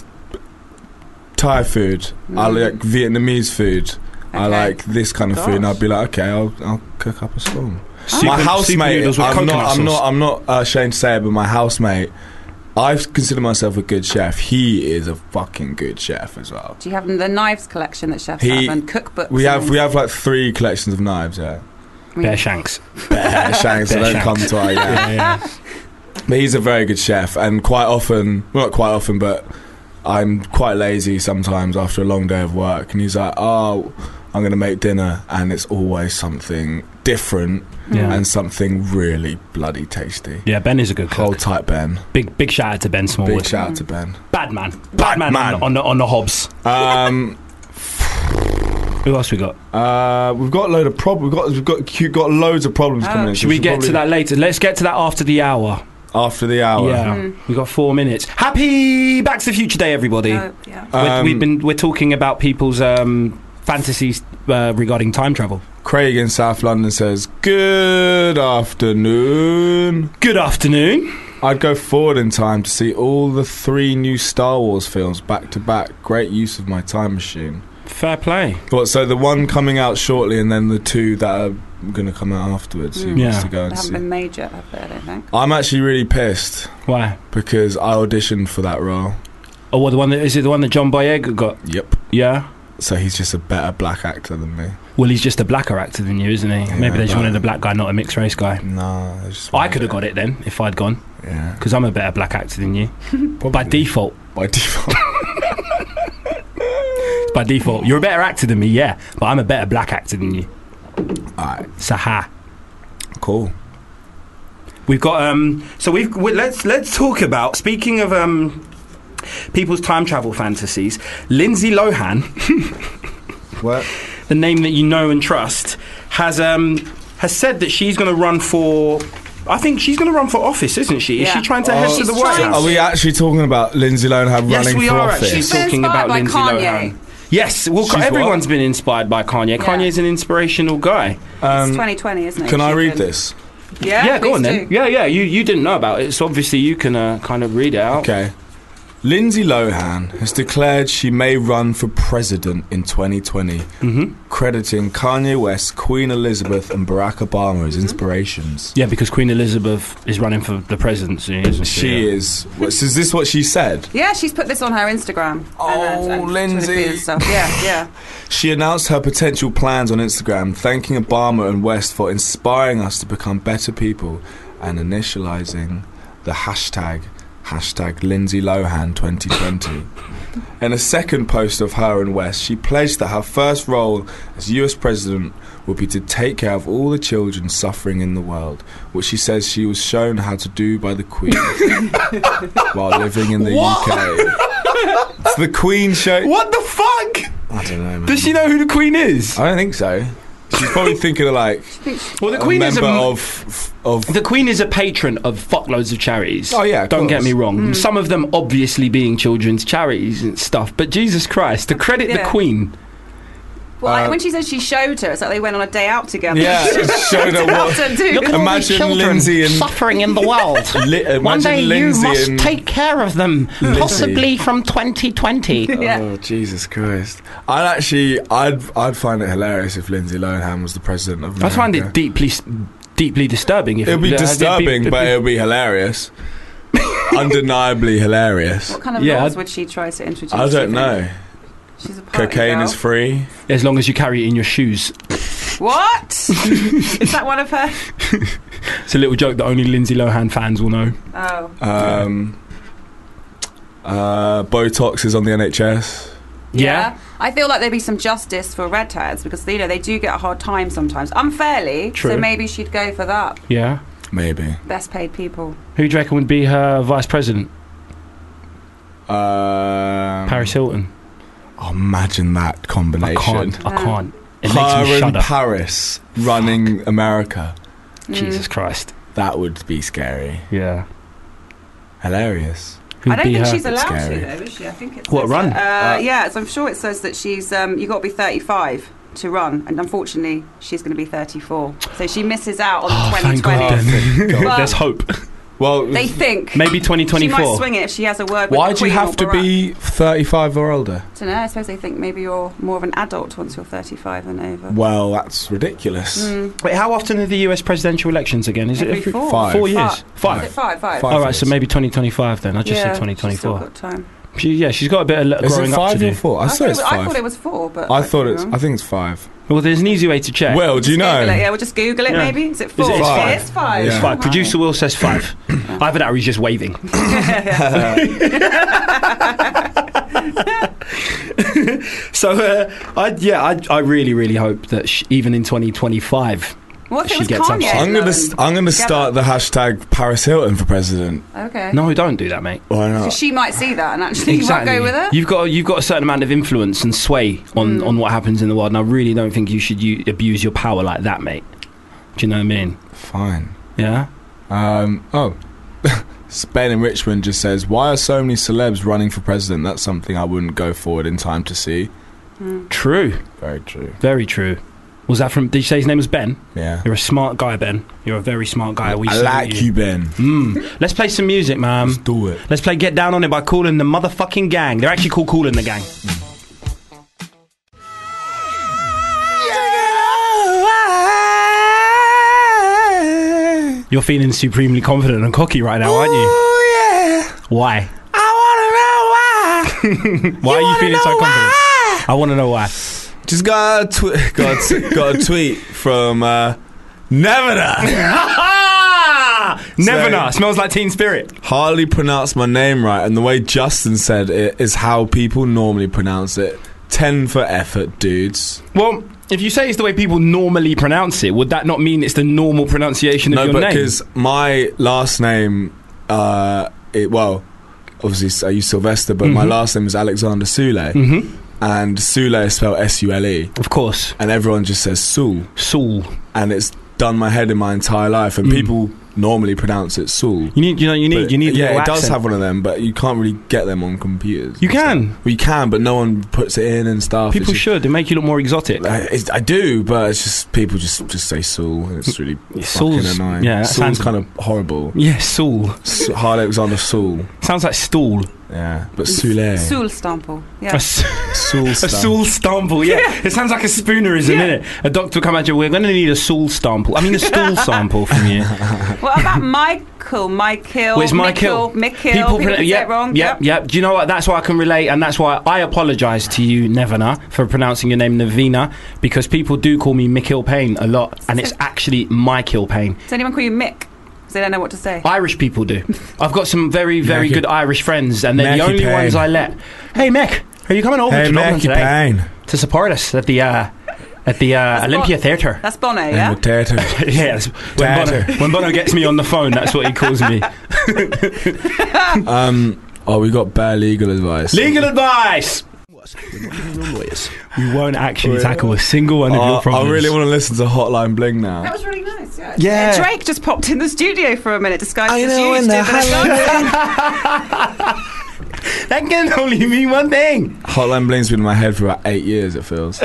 Thai food. I Mm. like Vietnamese food. I Okay. like this kind of food. And Gosh. I'd be like, okay, I'll, I'll cook up a storm. Soup and- my soup and housemate, noodles with I'm coconut not, sauce. I'm not, I'm not uh, ashamed to say it, but my housemate, I consider myself a good chef. He is a fucking good chef as well. Do you have the knives collection that chefs He- have and cookbooks? We have and- we have like three collections of knives. Yeah, Bear shanks. Bear shanks. I Bear don't shanks. come to our yeah. But he's a very good chef, and quite often, well, not quite often, but I'm quite lazy sometimes after a long day of work. And he's like, "Oh, I'm going to make dinner," and it's always something different Yeah. and something really bloody tasty. Yeah, Ben is a good Hold cook. tight, Ben. Big big shout out to Ben Smallwood. Big shout out to Ben. Bad man. Bad man man. on, the- on the on the Hobbs. Um, Who else we got? uh, we've got a load of problems. We've got we've got cu- got loads of problems coming in. so Should we should get to probably- that later? Let's get to that after the hour. Hmm. after the hour? Yeah, we got four minutes. Happy Back to the Future Day, everybody. Oh, yeah. We're- Um, we've been we're talking about people's um, fantasies uh, regarding time travel. Craig in South London says, "Good afternoon." Good afternoon. I'd go forward in time to see all the three new Star Wars films back to back. Great use of my time machine. Fair play. What? So the one coming out shortly, and then the two that are going to come out afterwards. Who Mm. wants Yeah. to go They and haven't see? been major, have they? I don't think. I'm actually really pissed Why? because I auditioned for that role. Oh, well, the one that is it the one that John Boyega got? Yep. Yeah. So he's just a better black actor than me. Well, he's just a blacker actor than you, isn't he? Yeah, Maybe they just but- wanted a black guy, not a mixed race guy. No, I just. I could have got it then if I'd gone, Yeah. because I'm a better black actor than you. By default, By default. by default, you're a better actor than me, yeah, but I'm a better black actor than you. Alright. Saha. Cool. We've got um. So we've we, let's let's talk about speaking of um, people's time travel fantasies. Lindsay Lohan, What? the name that you know and trust, has um has said that she's going to run for. I think she's going to run for office, isn't she? Is Yeah. she trying to head Oh, to the she's White trying House? Are we actually talking about Lindsay Lohan Yes, running we for are office? actually She's been talking inspired about by Lindsay Kanye. Lohan. Yes, well, She's everyone's been inspired by Kanye. Yeah. Kanye's an inspirational guy. It's Um, 2020, isn't it? can I She's read been- this? Yeah, yeah, go please on then. do. Yeah, yeah. You you didn't know about it, so obviously you can uh, kind of read it out. Okay. Lindsay Lohan has declared she may run for president in 2020, Mm-hmm. crediting Kanye West, Queen Elizabeth, and Barack Obama as inspirations. Yeah, because Queen Elizabeth is running for the presidency, isn't she? She is. what- so Is this what she said? Yeah, she's put this on her Instagram. uh, Oh, Twitter Lindsay. And stuff. Yeah, yeah. She announced her potential plans on Instagram, thanking Obama and West for inspiring us to become better people and initializing the hashtag hashtag Lindsay Lohan 2020. In a second post of her and West, she pledged that her first role as US president would be to take care of all the children suffering in the world, which she says she was shown how to do by the Queen while living in the UK. It's the Queen show. What the fuck? I don't know, man. Does she know who the Queen is? I don't think so. She's probably thinking of like Uh, Well, the a Queen is member a of of The Queen is a patron of fuckloads of charities. Oh, yeah, of don't get course. me wrong. Some of them obviously being children's charities and stuff. But Jesus Christ, to credit the Yeah. Queen, Well, like, Uh, when she says she showed her, it's like they went on a day out together. yeah. Showed her what. What to do. at all these Imagine children Lindsay and- suffering in the world. Li- imagine Lindsay and, care of them, Lindsay. possibly from 2020. Yeah. Oh Jesus Christ! I'd actually, I'd, I'd find it hilarious if Lindsay Lohan was the president of I America. find it deeply, s- deeply disturbing. If It'd be uh, it'd disturbing, it'd but it'd be hilarious. Undeniably hilarious. What kind of Yeah, laws I- would she try to introduce? I do you don't think? know. She's a party Cocaine girl. is free. as long as you carry it in your shoes. What? is that one of her? It's a little joke that only Lindsay Lohan fans will know. Oh, Um, uh, Botox is on the NHS. I feel like there'd be some justice for redheads because you know they do get a hard time sometimes unfairly. True. So maybe she'd go for that. yeah. Maybe. Best paid people. Who do you reckon would be her vice president? Um, Paris Hilton. Oh, imagine that I combination. can't. I Yeah. can't. It Her makes me and shudder. Paris running America. Mm. Jesus Christ. That would be scary. Yeah. Hilarious. Who'd I don't be think her- she's allowed Scary. to though, is she? I think it's What, run? Uh, yeah, so I'm sure it says that she's um, you got to be 35 to run, and unfortunately she's going to be 34, so she misses out on the Oh, thank 2020. God. Well- There's hope. Well, They think Maybe she might 2024. swing it if she has a word. With why the do you Queen or have to Barack. be 35 or older? I don't know. I suppose they think maybe you're more of an adult once you're 35 and over. Hmm, Well, that's Mm. ridiculous. Wait, how often are the US presidential elections again? Is Every it every four. Five. four years? Five. Five. Is it five? Five. Five. All right, so years. maybe 2025 then. I just yeah, said she's still 2024. got time. She, yeah, she's got a bit of le- Is growing it up to five do. or four? I, saw thought it's it, five. I thought it was four, but I could thought be it's. wrong. I think it's five. Well, there's an easy way to check. Well, do you Just Google it, know? yeah, we'll just Google it. Yeah. Maybe is it four? it's Yeah, five? It's five. it's Yeah. five. Right. Producer Will says five. Either that or he's just waving. so, uh, I, yeah, I, I really, really hope that sh even in 2025. What if She it was gets Kanye? upset. I'm gonna. s Lohan? am gonna start the hashtag Paris Hilton for president. Okay. No, don't do that, mate. Why So not? she might see that and actually you won't go with Hmm. her. You've got you've got a certain amount of influence and sway on, on what happens in the world, and I really don't think you should u- abuse your power like that, mate. Do you know what I mean? Fine. Yeah. Um, oh. Ben in Richmond just says, Why are so many celebs running for president? That's something I wouldn't go forward in time to see. True. Very true. Very true. Was that from? Did you say his name was Ben? Yeah. You're a smart guy, Ben. You're a very smart guy. We I salute like you, Ben. Mm. Let's play some music, man. Let's do it. Let's play Get Down on It by calling the motherfucking gang. They're actually called calling the gang. You're feeling supremely confident and cocky right now, aren't you? Oh, yeah. Why? I want to know Why are you feeling so confident? I want to know why. why. Just got a, tw- got a, got a tweet from uh, Nevada. Never So- know. Smells like Teen Spirit. Hardly pronounced my name right, and the way Justin said it is how people normally pronounce it. 10 for effort, dudes. Well, if you say it's the way people normally pronounce it, would that not mean it's the normal pronunciation of no, your but name? because my last name, uh, it, well, obviously I use Sylvester, but Mm-hmm. my last name is Alexander Sule, Mhm. and Sule is spelled S-U-L-E, of course, E, and everyone just says Sul, Saul. and it's done my head in my entire life, and people normally pronounce it Sul. You need, you know, Mm. you need, But- you need. a yeah, it little does accent. have one of them, but you can't really get them on computers. You can. Well, you can, but no one puts it in and stuff. People It's just- should. They make you look more exotic. I, it's- I do, but it's just people just just say Sul. and It's really Yeah, fucking Sul's- annoying. yeah, that Sul's sounds- kind of horrible. Yeah, Saul. S- Hard Alexander Sul. Sounds like stool. Yeah, but Sule. Soul stample. A Yeah. s- Soul A soul stample, yeah. It sounds like a spoonerism, isn't it? A doctor come out and we're going to need a soul stample. I mean, a stool sample from you. What about Michael? Michael. Well, it's Michael. Michael. People, pronoun- get yep, it wrong. Yep, Yep. yep. Do you know what? That's why I can relate, and that's why I apologise to you, Nevena, for pronouncing your name Navina, because people do call me Michael Payne a lot, and it's actually Michael Payne. Does anyone call you Mick? Because they don't know what to say. Irish people do. I've got some very, very Mackie- good Irish friends, and they're the Mackie only Payne. ones I let. Hey, Mick, are you coming over Hey, to Dublin Mackie today Payne. to support us at the uh, at the uh, Olympia Theatre? That's Bono, yeah? And McTatter. Yeah, that's- when Tatter. Bono, when Bono gets me on the phone, that's what he calls me. Um. Oh, we got bad legal advice. Legal advice. We won't actually tackle a single one of Oh, your problems. I really want to listen to Hotline Bling now. That was really nice, yeah. Uh, Yeah. Drake just popped in the studio for a minute, disguised I as know, you, and Stephen. the That can only mean one thing. Hotline Bling's been in my head for about eight years. It feels.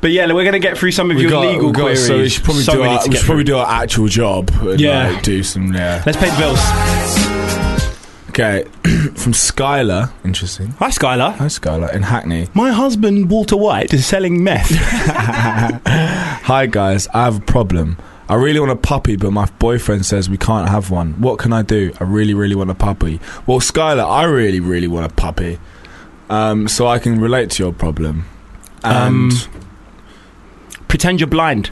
But yeah, we're going to get through some of your legal we queries. So we should probably So do many our, to we get should probably do our actual job. And Yeah. like, do some. Yeah. Let's pay the bills. Okay. From Skylar. Interesting. Hi, Skylar. Hi, Skylar in Hackney. My husband, Walter White, is selling meth. Hi guys, I have a problem. I really want a puppy, but my boyfriend says we can't have one. What can I do? I really, really want a puppy. Well, Skylar, I really, really want a puppy. Um, so I can relate to your problem. Um, And Pretend you're blind.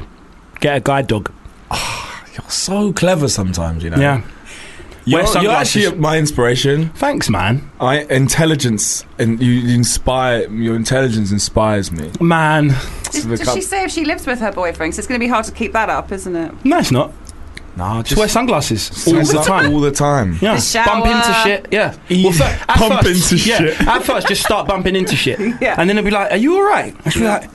Get a guide dog. you're so clever sometimes, you know. Yeah. You're, Wear you're sunglasses. actually my inspiration. Thanks, man. I intelligence and you inspire. Your intelligence inspires me. Man. Does, the does cup- she say if she lives with her boyfriend? 'Cause it's going to be hard to keep that up, isn't it? No, it's not. No, Just wear sunglasses all the time. All the time. Yeah. The Bump into shower. shit. Yeah. Easy. fir- at Bump first- into yeah, shit. At first, just start bumping into shit. Yeah. And then it'll be like, are you all right? And she'll be like,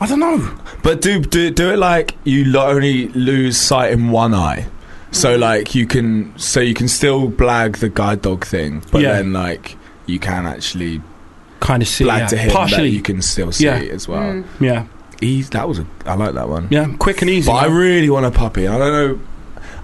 I don't know. But do do do it like you lo- only lose sight in one eye, so Mm. like you can so you can still blag the guide dog thing, but Yeah. then like you can actually Kind of see. blag yeah. to him Partially. that you can still see Yeah. as well. Mm. Yeah. Eas- that was a, I like that one. Yeah. Quick and easy. But I really want a puppy. I don't know.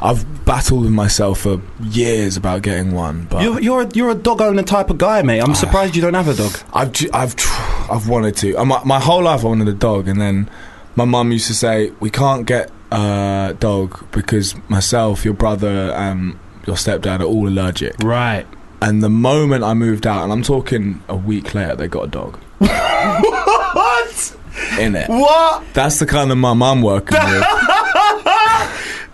I've battled with myself for years about getting one, but You're, you're, a, you're a dog owner type of guy, mate. I'm surprised you don't have a dog. I've ju- I've tr- I've wanted to. Uh, My, my whole life I wanted a dog, and then my mum used to say we can't get a dog because myself, your brother, and your stepdad are all allergic. Right. And the moment I moved out, and I'm talking a week later, they got a dog. What? In it. What? That's the kind of mum I'm working with.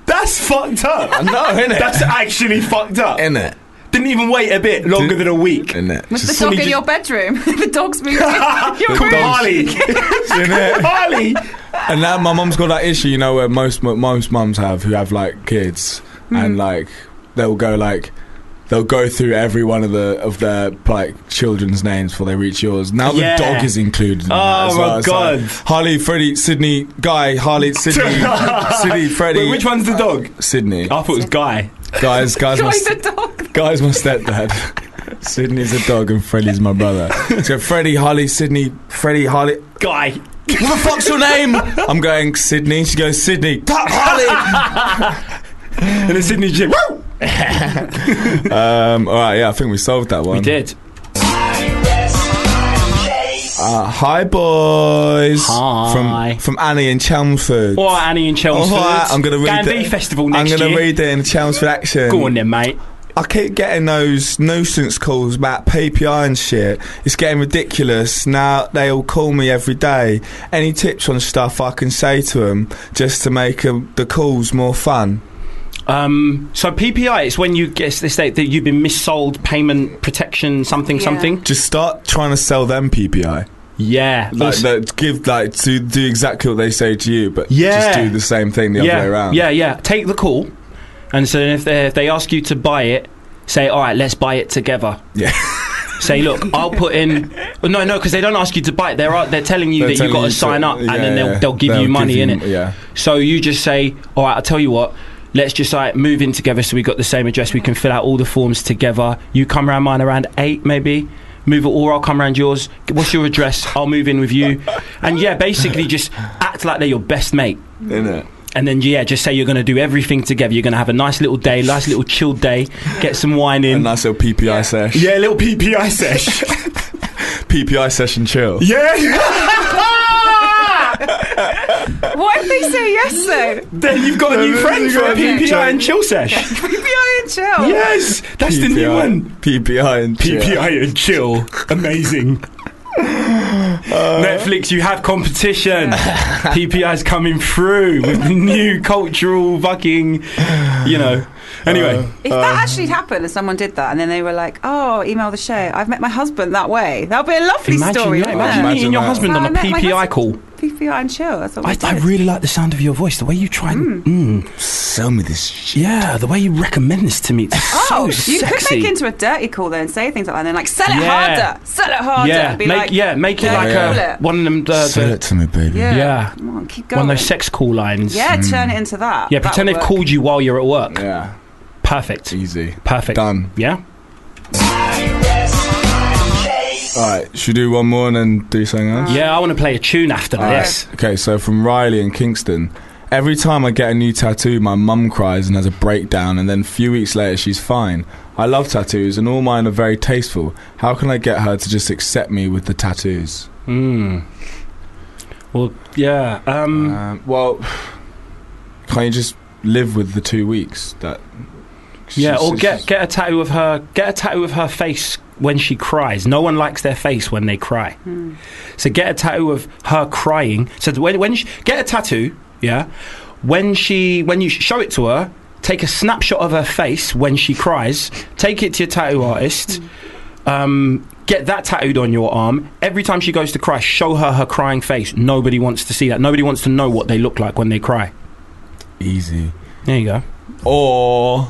That's fucked I up. know, innit? That's actually fucked up. in it. Didn't even wait a bit longer Did- than a week. In it. Was Just the dog fully in just- your bedroom? the dog's moving. your The room. dog's- Harley. in it. Harley. And now my mum's got that issue, you know, where most most mums have who have like kids, Mm. and like they'll go like they'll go through every one of the of their like children's names before they reach yours. Now the Yeah. dog is included. In Oh that as my well. It's like, God. Harley, Freddie, Sydney, Guy, Harley, Sydney, Sydney, Freddie. Wait, which Oh. one's the dog? Sydney. I thought it was Guy. Guys, guys, my, Join st- the dog. guys, my stepdad. Sydney's a dog and Freddie's my brother. So Freddie, Harley, Sydney, Freddie, Harley. Guy. What the fuck's your name? I'm going Sydney. She goes Sydney. "Duh, Harley. And then Sydney Jim. Woo! um, all right, yeah, I think we solved that one. We did. Uh, hi, boys. Hi. From from Annie in Chelmsford. Or Annie and Chelmsford. Alright, I'm gonna read Gandhi the- Festival next I'm gonna year. read it in Chelmsford Action. Go on then, mate. I keep getting those nuisance calls about PPI and shit. It's getting ridiculous. Now they all call me every day. Any tips on stuff I can say to them just to make 'em- the calls more fun? Um, so PPI is when you get they state that you've been missold payment protection something Yeah. something. Just start trying to sell them PPI. Yeah. Like Also- that, give like to do exactly what they say to you, but Yeah. just do the same thing the yeah, other way around. Yeah, yeah. Take the call, and so if they, if they ask you to buy it, say, "All right, let's buy it together." Yeah. Say, look, I'll put in. No, no, because they don't ask you to buy it. They're they're telling you They're that telling you got to to- sign up, yeah, and then they'll yeah. they'll give you money give in you- it. Yeah, So you just say, "All right, I'll tell you what." Let's just like move in together so we got the same address. We can fill out all the forms together. You come around mine around eight, maybe. Move it, or I'll come around yours. What's your address? I'll move in with you. And yeah, basically just act like they're your best mate in it. And then yeah, just say you're going to do everything together. You're going to have a nice little day, nice little chilled day. Get some wine A in. nice little PPI sesh. Yeah, a little PPI sesh. PPI session chill. yeah, What if they say yes though? then you've got a new friend for a Yeah. PPI and chill sesh. PPI and chill. Yes, that's the new PPI. one. PPI and chill. PPI and chill, amazing. Netflix, you have competition. PPI's coming through with the new cultural fucking, you know. Anyway, If that actually happened and someone did that and then they were like, oh, email the show, I've met my husband that way. That would be a lovely imagine, story. yeah, wouldn't imagine it? meeting Imagine your that. husband on Well, a I met my PPI husband. call. PPI and chill. That's what we I, I did. really like the sound of your voice, the way you try and Hmm. mm. Sell me this shit. yeah, the way you recommend this to me. It's Oh, so you could sexy. make into a dirty call though and say things like that and then like, sell it Yeah. harder, sell it harder. yeah, and be make like, yeah, make it "Don't like call a it." one of them. The, Sell the, it to me, baby. Yeah. yeah, Come on, keep one going. of those sex call lines. yeah, turn it into that. yeah. That Pretend would they've work. called you while you're at work. Yeah. Perfect. Easy. Perfect. Done. Yeah. Alright, should we do one more and then do something else? Yeah, I want to play a tune after All right. this. Okay, so from Riley in Kingston. Every time I get a new tattoo, my mum cries and has a breakdown, and then a few weeks later, she's fine. I love tattoos, and all mine are very tasteful. How can I get her to just accept me with the tattoos? Hmm. Well, yeah. Um, Um, well, can't you just live with the two weeks that? yeah, she's- or get she's- get a tattoo of her get a tattoo of her face when she cries. No one likes their face when they cry. So get a tattoo of her crying. So that when when she, get a tattoo, yeah. When she when you show it to her, take a snapshot of her face when she cries. Take it to your tattoo artist. Um, get that tattooed on your arm. Every time she goes to cry, show her her crying face. Nobody wants to see that. Nobody wants to know what they look like when they cry. easy, There you go. or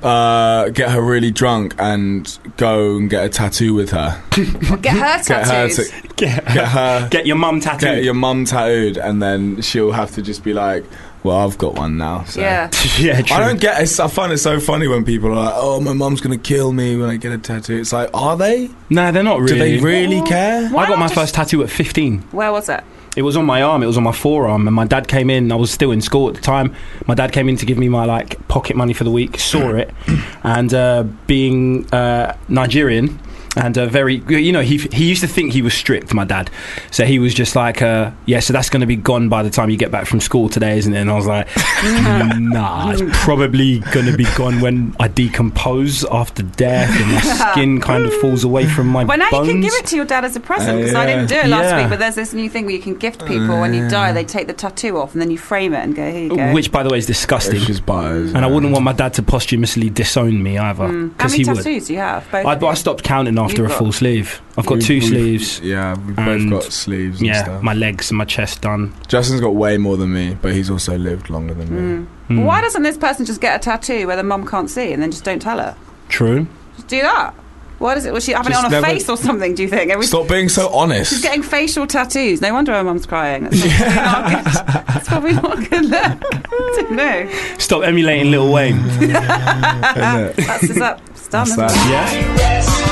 uh, get her really drunk and go and get a tattoo with her. Get her Get her tattoos. to get her Get your mum tattooed. get your mum tattooed, and then she'll have to just be like, "Well, I've got one now." So. yeah. yeah, true. I don't get it. I find it so funny when people are like, "Oh, my mum's gonna kill me when I get a tattoo." It's like, are they? Nah, they're not really. Do they really care? Why I got not my just- first tattoo at 15. Where was it? It was on my arm, it was on my forearm, and my dad came in. I was still in school at the time. My dad came in to give me my like pocket money for the week, saw it, and uh, being uh, Nigerian and uh, very, you know, he, he used to think he was strict, my dad. So he was just like, uh, yeah, so that's going to be gone by the time you get back from school today, isn't it? And I was like, Uh. nah, it's probably going to be gone when I decompose after death and my skin kind of falls away from my Well, now bones. you can give it to your dad as a present Uh, because I yeah. didn't do it last Yeah. Oh, week. But there's this new thing where you can gift people when you die. They take the tattoo off and then you frame it and go, here you go. Which, by the way, is disgusting. It's just butters. And I wouldn't want my dad to posthumously disown me either, Hmm. How because many he tattoos would. do you have? Both. I, of but you? I stopped counting after You've a got- full sleeve. I've got We've- 2 we've- sleeves. Yeah, we've And- both got sleeves. And Yeah, stuff. my legs and my chest done. Justin's got way more than me, but he's also lived longer than me. Mm. Hmm. Why doesn't this person just get a tattoo where the mum can't see and then just don't tell her? True. Just do that. What is it? Was she having it Just on her never- face or something? Do you think? Every- Stop being so honest. She's getting facial tattoos. No wonder her mum's crying. That's probably not good. That's probably not good. look. I don't know. Stop emulating Lil Wayne. That's is that. It's done. That's isn't it? that. Yeah.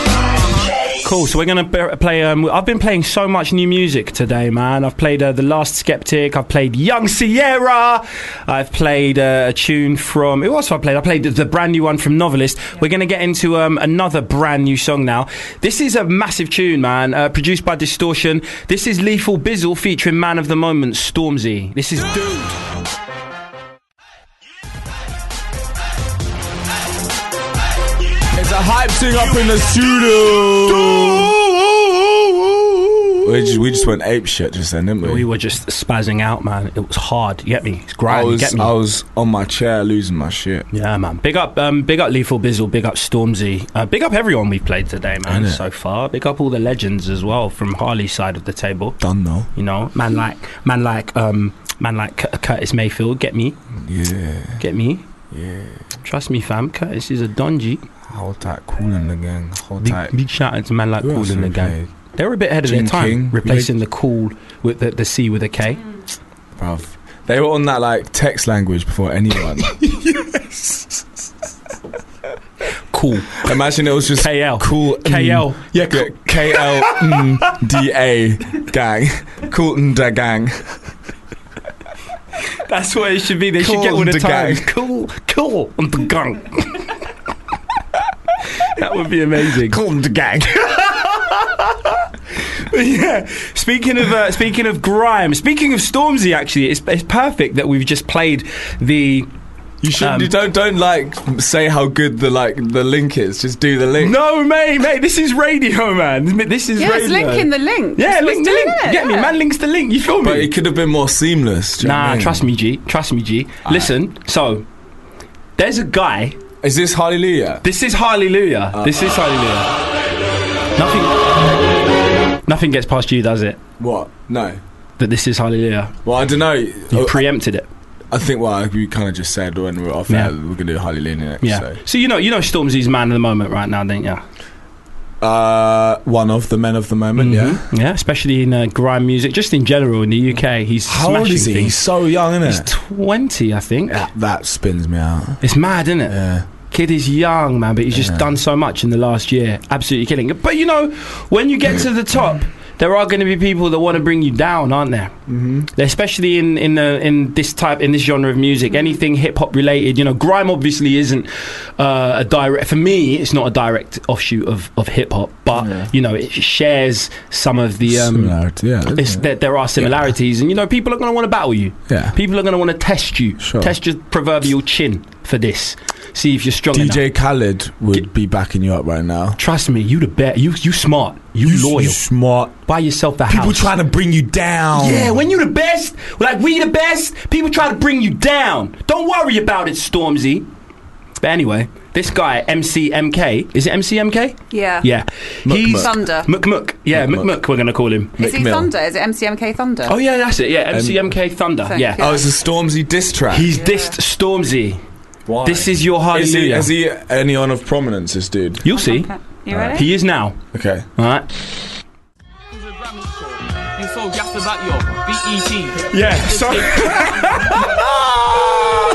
Cool. So we're gonna b- play. Um, I've been playing so much new music today, man. I've played uh, the Last Skeptic. I've played Young Sierra. I've played uh, a tune from. Who else have I played? I played the brand new one from Novelist. We're gonna get into um, another brand new song now. This is a massive tune, man. Uh, produced by Distortion. This is Lethal Bizzle featuring Man of the Moment Stormzy. This is Dude. It's a hype thing up in the studio. We just, we just went ape shit just then, didn't we? We were just spazzing out, man. It was hard. You get me? It's I grind. you was get me? I was on my chair losing my shit. Yeah, man. Big up, um, big up Lethal Bizzle, big up Stormzy, uh, big up everyone we've played today, man. Innit? So far, big up all the legends as well from Harley's side of the table. Done though. You know, man like, man like, um, man like Cur- Curtis Mayfield. Get me, Yeah, get me. yeah. Trust me, fam. Curtis is a donji. Hold tight, cool in the gang. Hold Big, tight. big shout out to man like Who Cool else in the we gang. played? They were a bit ahead of Gene their time, King. replacing the cool with the, the C with a K. Bruv. They were on that like text language before anyone. Cool Imagine it was just KL. Cool mm, KL. yeah, K mm, L D A gang. Cool in the gang. That's what it should be. They should Cool get all and the the times. gang. Cool, cool, and the gang. that would be amazing. Call them the mm, gang. But yeah. Speaking of uh, speaking of grime, speaking of Stormzy, actually, it's, it's perfect that we've just played the. You should. Um, you don't don't like say how good the like the link is. Just do the link. No, mate, mate, this is radio, man. This is Yeah, radio. it's linking the link. Yeah, It's link the doing link. it, Get me, yeah. man. Links the link. You feel me? But it could have been more seamless. do you know what I Nah, mean? trust me, G. Trust me, G. Listen, so there's a guy. Is this Hallelujah? This is Hallelujah. this is Hallelujah. Nothing. Nothing gets past you, does it? What? No. That this is Hallelujah. Well, I don't You know. preempted it. I think well, we kind of just said when we were off Yeah. air that we're gonna do Hallelujah next. Yeah. So. you know, you know, Stormzy's man of the moment right now, don't you? So. Uh, one of the men of the moment. Mm-hmm. Yeah. Mhm. Yeah. Especially in uh, grime music, just in general in the UK, he's How smashing old is he? He's things. so young, He's isn't it? twenty, I think. That, that spins me out. It's mad, isn't it? Yeah. Kid is young, man, but he's just Yeah. done so much in the last year. Absolutely killing it. But you know, when you get to the top, there are going to be people that want to bring you down, aren't there? Mm-hmm. Especially in in the, in this type in this genre of music, anything hip hop related. You know, grime obviously isn't uh, a direct. For me, it's not a direct offshoot of, of hip hop, but Yeah. you know, it shares some of the um. Similarity. Yeah. isn't It's, it? there, there are similarities, and you know, people are going to want to battle you. yeah. People are going to want to test you, Sure. test your proverbial chin for this. See if you're strong enough. DJ Khaled would be backing you up right now. Trust me, you the best. You you smart. You, s- loyal. You smart. Buy yourself a People house. trying to bring you down. yeah, when you the best, like we the best, people try to bring you down. Don't worry about it, Stormzy. But anyway, this guy MCMK is it MCMK? Yeah. Yeah, he's Thunder. McMuck. Yeah, McMuck. McMuck. We're gonna call him. Is he McMill. Thunder? Is it MCMK Thunder? Oh yeah, that's it. Yeah, MCMK Thunder. Thank Yeah, you. Oh, it's a Stormzy diss track. he's dissed Stormzy. Why? This is your Is he, hallelujah. is he any on of prominence, this dude? You'll see. Okay. You ready? He is now. Okay. All right. so gassed about your BET. Yeah. Sorry.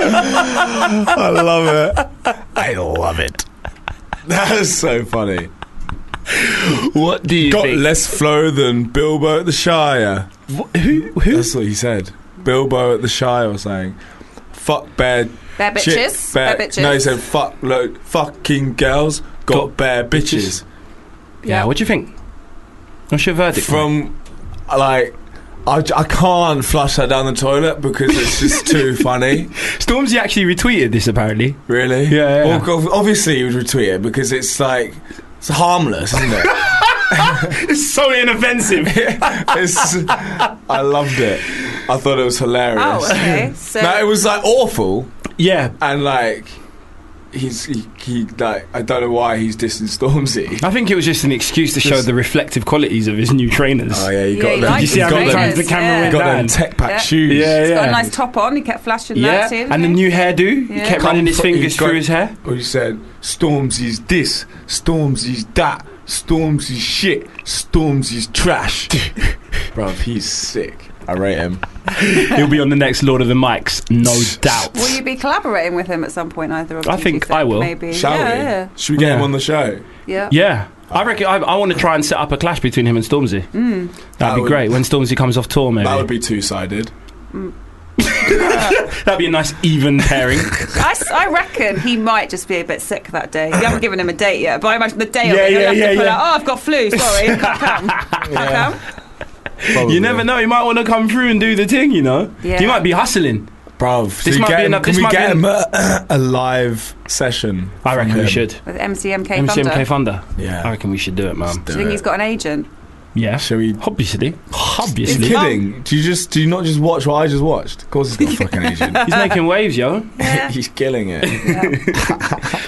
I love it. I love it. That is so funny. what do you Got think? less flow than Bilbo at the Shire. Wh- who? Who? That's what he said. Bilbo at the Shire was saying, "Fuck bad They're bitches. chick- bad- They're bitches. No, he said, "Fuck load fucking girls got, Got bare bitches." Yeah, what do you think? What's your verdict? From like, I, j- I can't flush that down the toilet because it's just too funny. Stormzy actually retweeted this apparently. Really? Yeah, yeah. Well, go- obviously, you would retweet it because it's like it's harmless, isn't it? It's so inoffensive. It's- I loved it. I thought it was hilarious. Oh, okay. So No, it was like awful, yeah. and like he's he, he like I don't know why he's dissing Stormzy. I think it was just an excuse to show Just- the reflective qualities of his new trainers. Oh yeah, you Yeah, got he them. likes You see how got many Trainers, times the camera yeah. went got down? them tech pack Yeah. shoes. Yeah, he's yeah. got a nice top on. He kept flashing yeah, that too. and the new hairdo. He Yeah. kept running his Come- fingers he's got- through his hair. Or he said Stormzy's this, Stormzy's that, Stormzy's shit, Stormzy's trash. Bruv, he's sick. I rate him. He'll be on the next Lord of the Mics, no doubt. Will you be collaborating with him at some point, either of I you, do think you I will. Maybe. Shall yeah, we? Yeah. Should we get him Yeah. on the show? yeah. yeah. I reckon I, I want to try and set up a clash between him and Stormzy. Mm. That'd That be would- great when Stormzy comes off tour, maybe. That would be two sided. That'd be a nice even pairing. I, s- I reckon he might just be a bit sick that day. You haven't given him a date yet, but I imagine the day of Yeah, it, he'll yeah, have yeah, to pull yeah. out, oh, I've got flu, sorry, can't come. Can't come. you never know. He might want to come through and do the thing. You know. Yeah. He might be hustling. Bruv, This so might get be him- enough- can this we might get be him a, a live session? I reckon from we him? should. With MCMK Thunder. MCMK Thunder. I Yeah. reckon we should do it, man. Do you think he's got an agent? Yeah. Shall we? Obviously. He's Obviously. kidding. Do you just do you not just watch what I just watched? Of course he's got a fucking agent. He's making waves, yo. Yeah. he's killing it.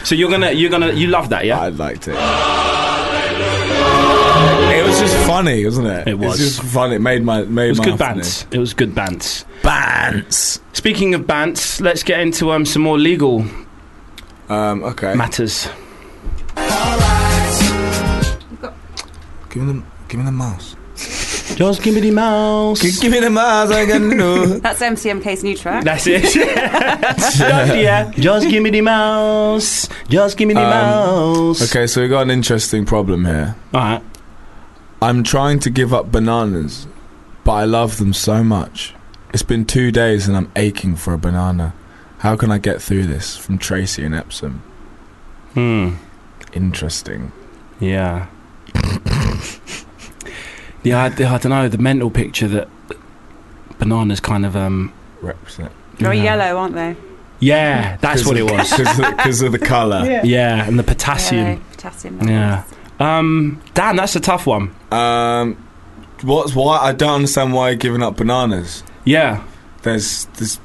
So you're gonna, you're gonna, you love that, yeah? I liked it. It was just funny, wasn't it? It was. It's just fun. It made my made It was my good afternoon. bants. It was good bants. Bants. Speaking of bants, let's get into um, some more legal Um. Okay. matters. give me the give me the mouse. Just give me the mouse. Give me the mouse. I can do. That's MCMK's new track. That's it. yeah. Just give me the mouse. Just give me the Um, mouse. okay. So we got an interesting problem here. All right. I'm trying to give up bananas, but I love them so much. It's been two days and I'm aching for a banana. How can I get through this? From Tracy and Epsom. Hmm. Interesting. Yeah. yeah, I, I don't know. The mental picture that bananas kind of um. Represent. They're yeah. yellow, aren't they? Yeah, that's what it was. Because of the colour. Yeah, and the Yeah, potassium. potassium. Yeah. Um, damn, that's a tough one. Um, what's why? I don't understand why you're giving up bananas. Yeah. There's this.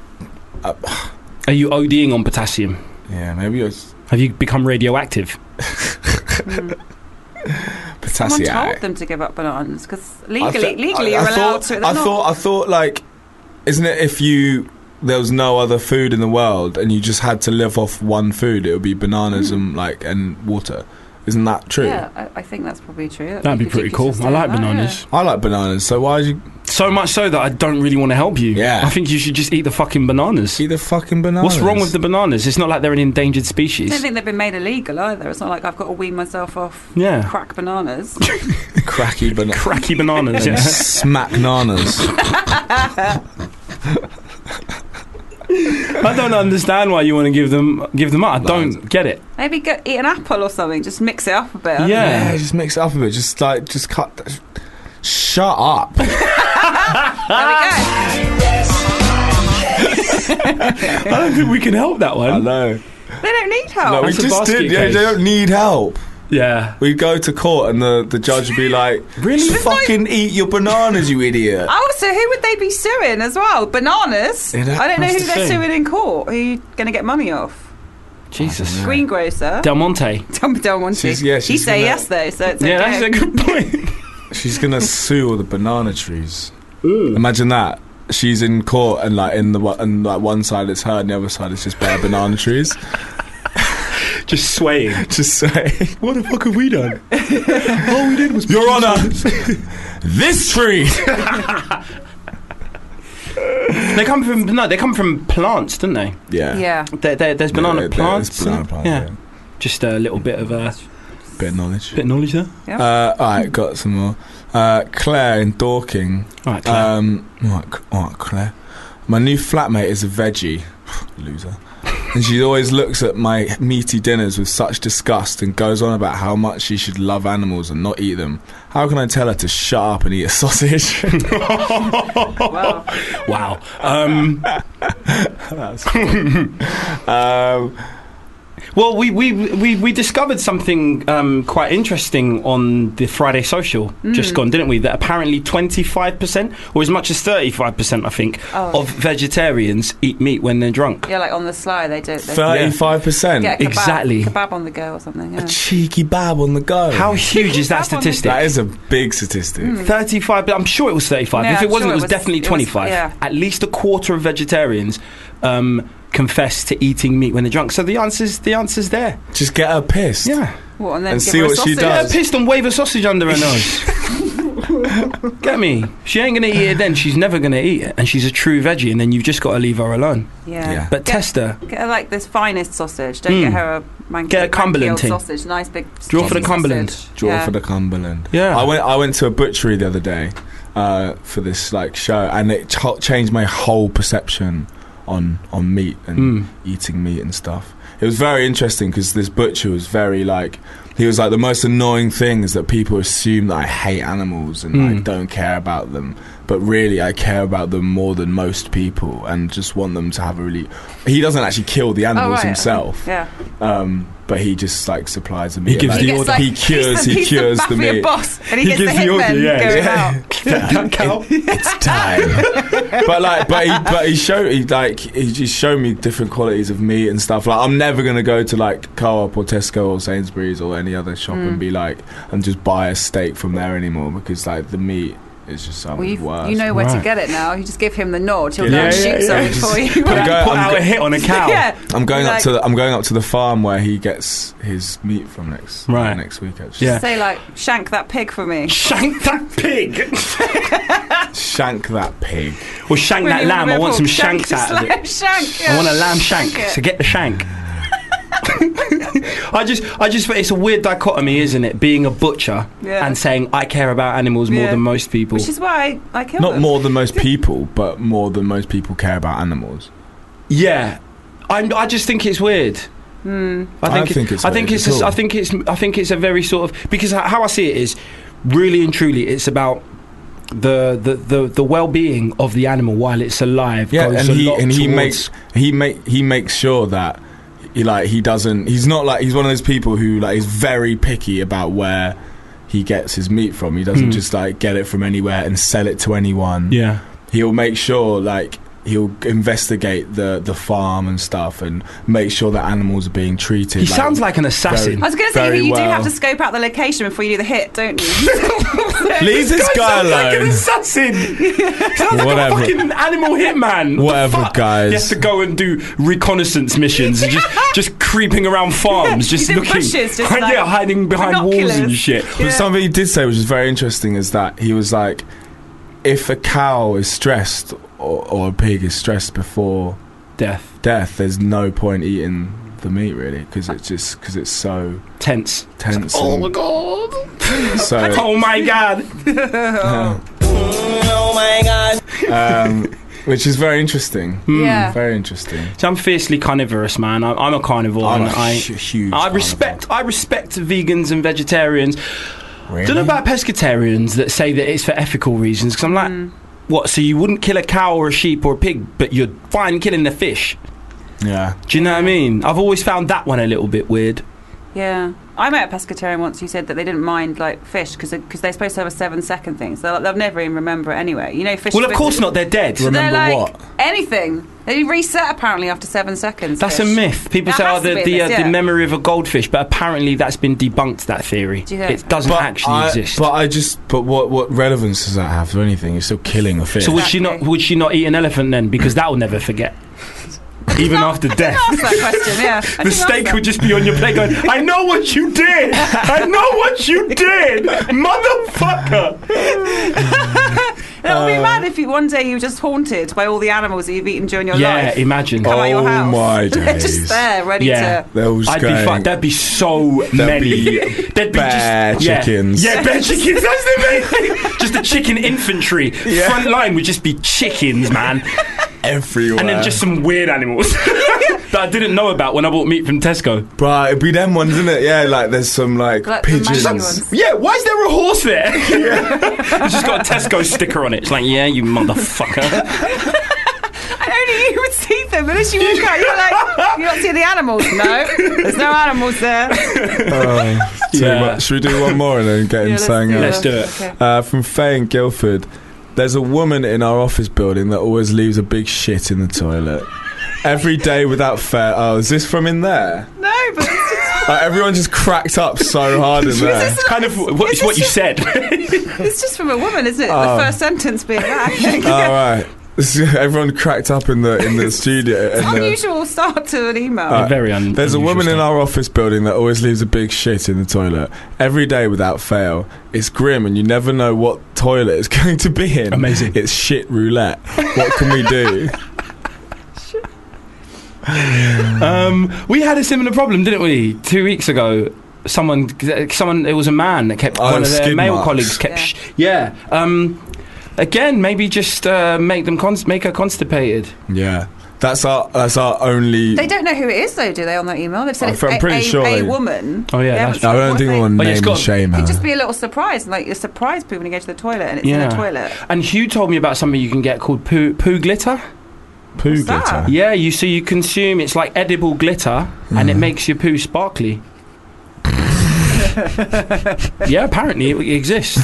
Are you ODing on potassium? Yeah, maybe it's Have you become radioactive? Someone potassium. told them to give up bananas because I legally, thi- legally, I, I you're allowed thought, to. They're I not- thought. I thought. Like, isn't it if you there was no other food in the world and you just had to live off one food, it would be bananas and like and water. Isn't that true? Hmm. Yeah, I, I think that's probably true. That'd be pretty cool. I like bananas. I like bananas, so why did you So much so that I don't really want to help you. Yeah. I think you should just eat the fucking bananas. eat the fucking bananas? What's wrong with the bananas? It's not like they're an endangered I don't species. think they've been made illegal either. It's not like I've got to wean myself off Yeah. crack bananas. cracky banana? Cracky bananas. and yeah. smack nanas. I don't understand why you want to give them give them up. I don't get it. Maybe go eat an apple or something. Just mix it up a bit. Yeah. Yeah, just mix it up a bit. Just like, just cut. th- Shut up. There we Ah! go. I don't think we can help that one. know. They don't need No, help. we That's a just basket did. Yeah, they case. don't need help. Yeah. We'd go to court and the, the judge would be like, Really? "Just fucking eat your bananas, you idiot." Also, Oh, who would they be suing as well? Bananas. Yeah, that- I don't know that's the who they're thing. suing in court. Who you going to get money off? Jesus. Greengrocer. Del Monte. Tom Del Monte. She's- yeah, you she's say gonna- yes though, so it's Yeah, okay. that's a good point. She's gonna sue all the banana trees. Imagine that. She's in court and like in the one- and like one side it's her and the other side it's just bare banana trees. Just swaying. Just say, What the fuck have we done? Your Honor, this tree. They come from no, they come from plants, don't they? Yeah. yeah. There, there, there's banana Yeah, there- there's plants. Banana isn't it? plants. Yeah. Just a little bit of uh, Bit of knowledge. bit of knowledge there. Uh, all right, got some more. Uh, Claire in Dorking. All right, Claire. Um, all right, C- all right, Claire. My new flatmate is a veggie, loser, and she always looks at my meaty dinners with such disgust and goes on about how much she should love animals and not eat them. How can I tell her to shut up and eat a sausage? Wow. wow. Um, um, well, we, we we we discovered something um, quite interesting on the Friday social Mm. just gone, didn't we? That apparently 25% or as much as 35%, I think, Oh. of vegetarians eat meat when they're drunk. yeah, like on the sly they do. They Thirty-five get percent. a kebab, Exactly. kebab on the go or something. Yeah. A cheeky bab on the go. How Hmm. huge is that That one- statistic? That is a big statistic. 35 but i'm sure it was 35 Yeah, if it I'm wasn't sure it it was was- definitely it was- 25 yeah. at least a quarter of vegetarians um, confess to eating meat when they're drunk so the answer's the answer's there Just get her pissed. yeah What, and then And give see her a what she sausage? get her does. pissed and wave a sausage under her nose get me she ain't gonna eat it then she's never gonna eat it and she's a true veggie and then you've just gotta leave her alone Yeah. Yeah. Hmm. but Get- test her Get her like this finest sausage. Don't Mm. get her a man- Get a manky Cumberland old tin. sausage. Nice big. Draw for the sausage. Cumberland. Draw yeah. for the Cumberland. Yeah. I went. I went to a butchery the other day uh, for this like show, and it ch- changed my whole perception on on meat and Mm. eating meat and stuff. It was very interesting because this butcher was very like he was like the most annoying thing is that people assume that I hate animals and I Mm. don't care about them, but really I care about them more than most people and just want them to have a really. He doesn't actually kill the Oh, animals right. himself, Yeah. um, but he just like supplies them. He gives the gets, like, He he's cures. the- He he's cures the the mafia meat. boss, and He he, gets gives the the hitmen order, yeah. going Yeah. out. it's time. but like, but he, but he showed, he like, he just showed me different qualities of meat and stuff. Like, I'm never gonna go to like Co-op or Tesco or Sainsbury's or any other shop Mm. and be like, and just buy a steak from there anymore because like the meat is just so Well, much you've, worse. you know where to Right. get it now. You just give him the nod. Yeah, He'll go and yeah, shoot yeah. something Just for you. put a go- put I'm out go- a hit on a cow yeah. I'm going up Like- to the, I'm going up to the farm where he gets his meat from next Right. next week. Actually, Yeah. Say like, shank that pig for me. shank that pig shank that pig. or shank When that you lamb i remember want some shank, shanks just out of it like Shank. I want a yeah. lamb shank, Shank it. so get the shank. I just, I just, it's a weird dichotomy, isn't it? Being a butcher Yeah. and saying I care about animals more Yeah. than most people. Which is why I, I kill Not them. more than most people, but more than most people care about animals. yeah, I'm, I just think it's weird. Mm. I think, I don't think it's I think weird it's. at a s- I all. think it's. I think it's a very sort of because h- how I see it is, really and truly, it's about the the the, the well being of the animal while it's alive. Yeah, goes and a he lot and he towards- makes he make he makes sure that he like he doesn't. He's not like he's one of those people who like is very picky about where he gets his meat from. He doesn't Hmm. just like get it from anywhere and sell it to anyone. Yeah, he'll make sure like he'll investigate the the farm and stuff and make sure that animals are being treated. he sounds like an assassin. I was going to say Very you do well. have to scope out the location before you do the hit, don't you? leave this guy sounds like an alone. assassin. sounds Whatever. like a fucking animal hitman. What the Whatever, fuck? guys. He has to go and do reconnaissance missions, and just just creeping around farms, He's just in looking, bushes, just yeah, like hiding behind walls and binoculars. shit. But something he did say, which is very interesting, is that he was like, if a cow is stressed or, or a pig is stressed before Death, death, there's no point eating the meat really because it's just because it's so tense. tense. Oh and my god. So Oh my god. yeah. Oh my god. um, which is very interesting. Mm, yeah. Very interesting. So I'm fiercely carnivorous, man. I, I'm a carnivore. I'm a and I hu- huge. I respect. I respect vegans and vegetarians. Really? Don't know about pescatarians that say that it's for ethical reasons. Because I'm like, Mm. what? So you wouldn't kill a cow or a sheep or a pig, but you're fine killing the fish. Yeah. Do you know what I mean? I've always found that one a little bit weird. Yeah, I met a pescatarian once who said that they didn't mind like fish because they're supposed to have a seven second thing, so they'll, they'll never even remember it anyway. You know, fish. Well, are of supposed course to- not. They're dead. So they're Remember like what? anything. They reset apparently after seven seconds. That's a fish. myth. People That say, has "Oh, to the be a the, uh, myth, yeah. the memory of a goldfish," but apparently that's been debunked. That theory. Do you think? It doesn't actually I, exist. But I just. But what what relevance does that have to anything? You're still killing a fish. so would she not? Exactly. Would she not eat an elephant then? Because that will never forget, even after death. Ask that question. Yeah, I The didn't steak answer. would just be on your plate going, I know what you did! I know what you did! Motherfucker! It'll be mad if you, one day you were just haunted by all the animals that you've eaten during your Yeah, life. imagine. Come out your Oh house. my They're days. just there, ready Yeah. to. They're all just I'd be going- fucked. There'd be so many. be There'd be bear just, yeah. chickens. Yeah, bear chickens. That's the main thing. Just the chicken infantry. Front line would just be chickens, man. everywhere. And then just some weird animals that I didn't know about when I bought meat from Tesco. Bruh, it'd be them ones, isn't it? Yeah, like there's some like, Like the pigeons. monkey ones. Yeah, why is there a horse there? it's just got a Tesco sticker on it. It's like, yeah, you motherfucker. And only you would see them unless you walk out. You're like, you don't see the animals. No, there's no animals there. Oh, too Yeah. much. Should we do one more and then get Yeah, him let's saying do Let's else? do it. Okay. Uh, from Faye in Guildford. There's a woman in our office building that always leaves a big shit in the toilet. Every day without fail. Oh, is this from in there? No, but it's just. Like, everyone just cracked up so hard in there. It's kind of what, it's what you said. It's just from a woman, isn't it? Oh. the first sentence being that. All right. Everyone cracked up in the in the studio. in the- Unusual start to an email. Uh, very un- There's a unusual woman in stuff. our office building that always leaves a big shit in the toilet every day without fail. It's grim, and you never know what toilet it's going to be in. Amazing. It's shit roulette. What can we do? Um, we had a similar problem, didn't we? Two weeks ago, someone, someone, it was a man that kept Oh, one of their skid male marks. colleagues kept. Yeah. Sh- yeah. Um, again, maybe just uh, make them const- make her constipated. yeah, that's our that's our only. They don't know who it is, though, do they? On that email, they've said I'm it's fr- I'm a, pretty a, sure a they- woman. Oh, yeah, They that's- haven't I said don't what think they- we'll name Oh, yeah, it's and got- shame her. It'd just be a little surprise, like you're surprised people when you go to the toilet and it's in Yeah. a toilet. And Hugh told me about something you can get called poo, poo glitter. poo What's that? glitter. Yeah, you so you consume it's like edible glitter, Mm. and it makes your poo sparkly. yeah, apparently it exists.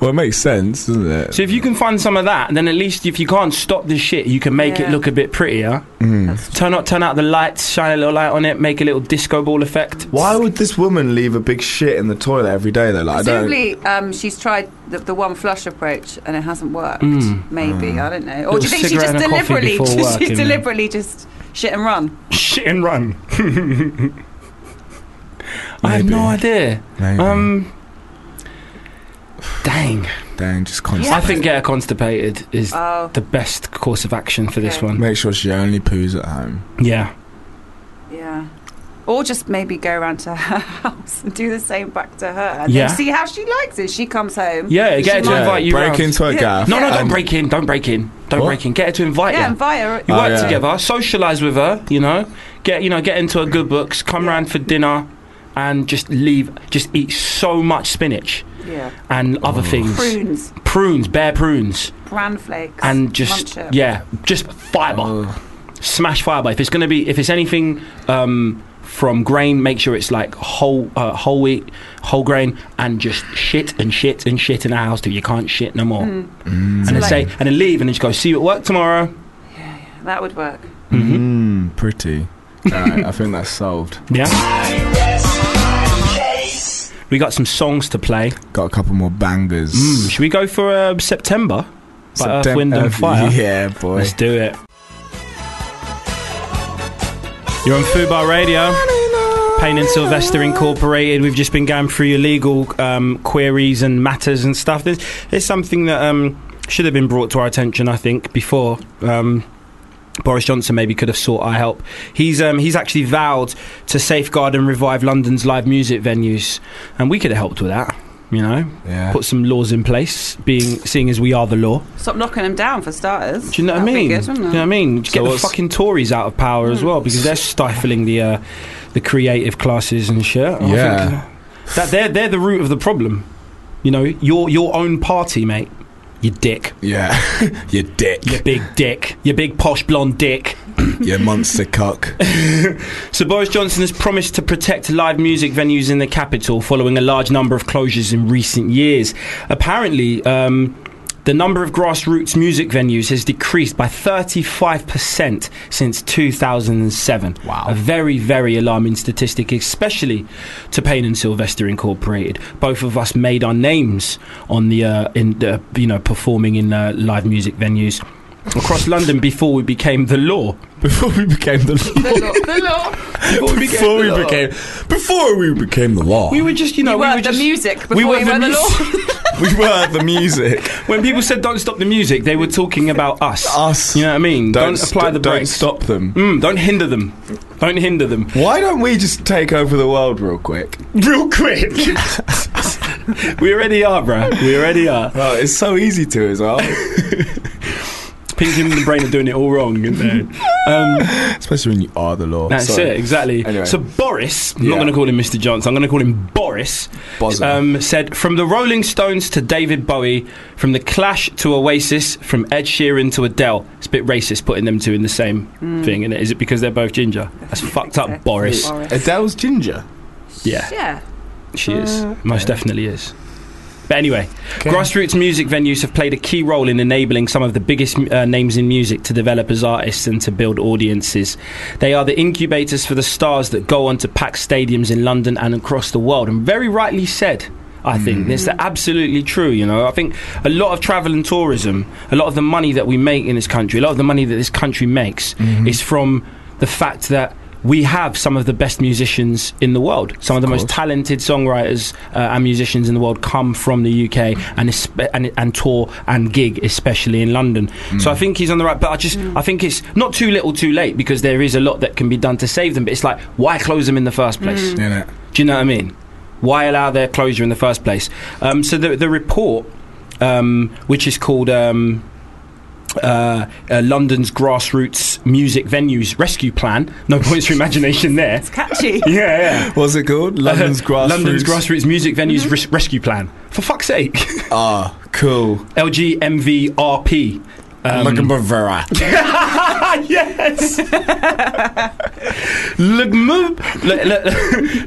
Well, it makes sense, doesn't it? So if you can find some of that, then at least if you can't stop the shit, you can make it Yeah. look a bit prettier. That's Turn out, turn out the lights, shine a little light on it, make a little disco ball effect. Why would this woman leave a big shit in the toilet every day though? Like, I don't. Presumably, um, she's tried the, the one flush approach and it hasn't worked. Mm. Maybe I don't know. Or Little do you think she cigarette just and a coffee deliberately, before just, work she's and- deliberately just shit and run? Shit and run. I have no Maybe. idea. Maybe. Um, dang. Dang, just Yeah, I constantly. think get her constipated is Oh, the best course of action for this Okay. one. Make sure she only poos at home. Yeah. yeah. Or just maybe go around to her house and do the same back to her and Yeah. then see how she likes it. She comes home. Yeah, She get her to might- invite you break round. into a Yeah. gaff. No, no, don't and- break in. Don't break in. Don't What? break in. Get her to invite Yeah, you. invite her. You Oh, work yeah. together, socialise with her, you know, get you know, get into her good books, come round for dinner, and just leave. Just eat so much spinach Yeah. and Oh. other things, Prunes, prunes, bare prunes, bran flakes, and just munch it. yeah, just fibre, Oh. smash fibre. If it's gonna be, if it's anything um, from grain, make sure it's like whole uh, whole wheat, whole grain, and just shit and shit and shit in our house till you can't shit no more. Mm, And So then like- say, and then leave, and then just go see you at work tomorrow. that would work. hmm Mm, pretty. Alright, I think that's solved. Yeah. We got some songs to play. Got a couple more bangers. Mm, should we go for uh, September? By Earth, Septem- Wind and Earth- Fire? Yeah, boy. Let's do it. You're on Fubar Radio. Payne and Sylvester Incorporated. We've just been going through your legal um, queries and matters and stuff. There's, there's something that um, should have been brought to our attention, I think, before. Um, Boris Johnson maybe could have sought our help. He's um, he's actually vowed to safeguard and revive London's live music venues, and we could have helped with that. You know, Yeah. put some laws in place, being seeing as we are the law. Stop knocking them down for starters. Do you know what I That'd be mean? good, Do you wouldn't know it? Hmm. what I mean? Just So get the what's- fucking Tories out of power as well because they're stifling the uh, the creative classes and shit. I think, Yeah. uh, that they're they're the root of the problem. You know, your your own party, mate. You dick. Yeah. you dick. You big dick. You big posh blonde dick. you monster cock. So Boris Johnson has promised to protect live music venues in the capital following a large number of closures in recent years. Apparently, um, the number of grassroots music venues has decreased by 35% since 2007. Wow. A very, very alarming statistic, especially to Payne and Sylvester Incorporated. Both of us made our names on the, uh, in the, you know, performing in uh, live music venues across London before we became the law. Before we became the law. The law. Before we the became, law. before we became the law, We were just, you know, You we were were the just, music before were you the were the law. music. we were the music. when people said don't stop the music, they were talking about us. Us. You know what I mean? Don't, st- apply the Don't brakes. stop them. Mm, don't hinder them. Don't hinder them. Why don't we just take over the world real quick? Real quick. we already are, bro. We already are. Oh, it's so easy to as well, Pinky and the brain are doing it all wrong. Aren't they? Um, especially when you are the law. that's Sorry. it, exactly. Anyway. So Boris, I'm not Yeah. going to call him Mr. Johnson. I'm going to call him Boris. Bozza. um, said from the Rolling Stones to David Bowie, from the Clash to Oasis, from Ed Sheeran to Adele. It's a bbit racist putting them two in the same thing, isn't it? Is it because they're both ginger? That's fucked up, Boris. Adele's ginger. Yeah, Yeah. she is. Most definitely is. But anyway, grassroots music venues have played a key role in enabling some of the biggest uh, names in music to develop as artists and to build audiences. They are the incubators for the stars that go on to pack stadiums in London and across the world. And very rightly said, I think. It's absolutely true, you know. I think a lot of travel and tourism, a lot of the money that we make in this country, a lot of the money that this country makes is from the fact that we have some of the best musicians in the world. Some of the most talented songwriters uh, and musicians in the world come from the UK and, espe- and and tour and gig, especially in London. So I think he's on the right. But I just I think it's not too little, too late because there is a lot that can be done to save them. But it's like why close them in the first place? Yeah. Do you know what I mean? Why allow their closure in the first place? Um, so the, the report, um, which is called um, uh, uh, London's Grassroots Music Venues Rescue Plan, no points for imagination there. Catchy. Yeah, yeah. What's it called? London's grassroots. Mm-hmm. London's Grassroots Music Venues res- Rescue Plan. For fuck's sake. Ah, cool. LGMVRP. Um, Looking for Vera. yes. Lugmov,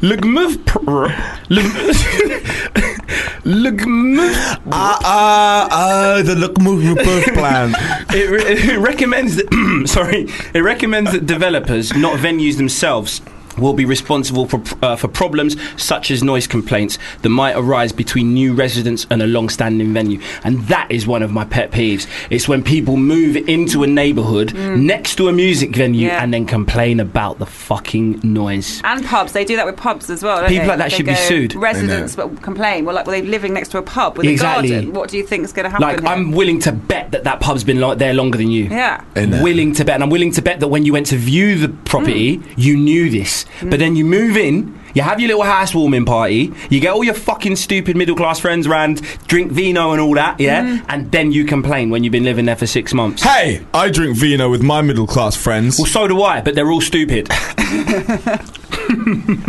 Lugmov, Lugmov. Ah, ah, ah, the look move rebirth plan. It, re- it recommends that. sorry, it recommends that developers, not venues themselves. Will be responsible for, uh, for problems such as noise complaints that might arise between new residents and a long standing venue. And that is one of my pet peeves. It's when people move into a neighbourhood next to a music venue Mm. Yeah. and then complain about the fucking noise. And pubs, they do that with pubs as well. don't People they? like that They should be go, sued. Residents but complain. Well, like, well, they're living next to a pub with Exactly. a garden. What do you think is going to happen? Like, here? I'm willing to bet that that pub's been like there longer than you. Yeah. Innit? willing to bet, and I'm willing to bet that when you went to view the property, you knew this. house, but then you move in, you have your little housewarming party, you get all your fucking stupid middle class friends round, drink vino and all that, yeah, and then you complain when you've been living there for six months. Hey, I drink vino with my middle class friends. Well, so do I, but they're all stupid.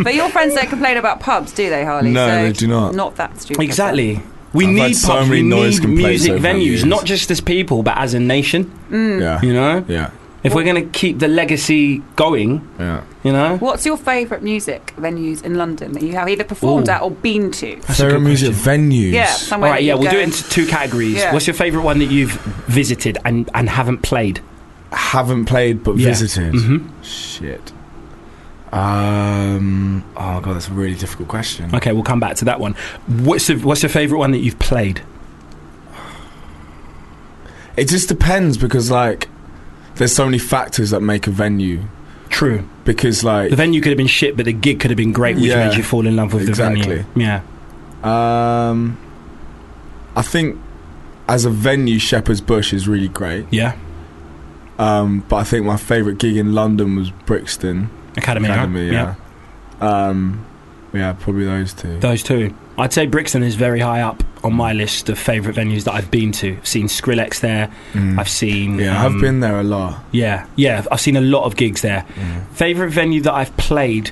But your friends don't complain about pubs, do they, Harley? No, So they do not. Not that stupid. exactly. We I've need had so pubs, many we noise need complaints music over the venues, years. not just as people, but as a nation. Yeah. You know, Yeah. if we're going to keep the legacy going, Yeah. you know, What's your favourite music venues in London that you have either performed Ooh. at or been to? That's a good music venues. Yeah, All somewhere. right, that yeah, you we'll go do it and- into two categories. Yeah. What's your favourite one that you've visited and, and haven't played? Haven't played but Yeah. visited. Mhm. Shit. Um. Oh god, that's a really difficult question. Okay, we'll come back to that one. What's the, what's your favourite one that you've played? It just depends because like, there's so many factors that make a venue. True. Because like, The venue could have been shit, but the gig could have been great, which Yeah. made you fall in love with the venue. Exactly. Yeah. um, I think as a venue, Shepherd's Bush is really great. Yeah. Um, but I think my favourite gig in London was Brixton Academy. right? Academy. Yeah. Um. Yeah, probably those two. Those two. I'd say Brixton is very high up on my list of favourite venues that I've been to. I've seen Skrillex there. Mm. I've seen. yeah, um, I've been there a lot. Yeah, yeah. I've seen a lot of gigs there. Mm. Favorite venue that I've played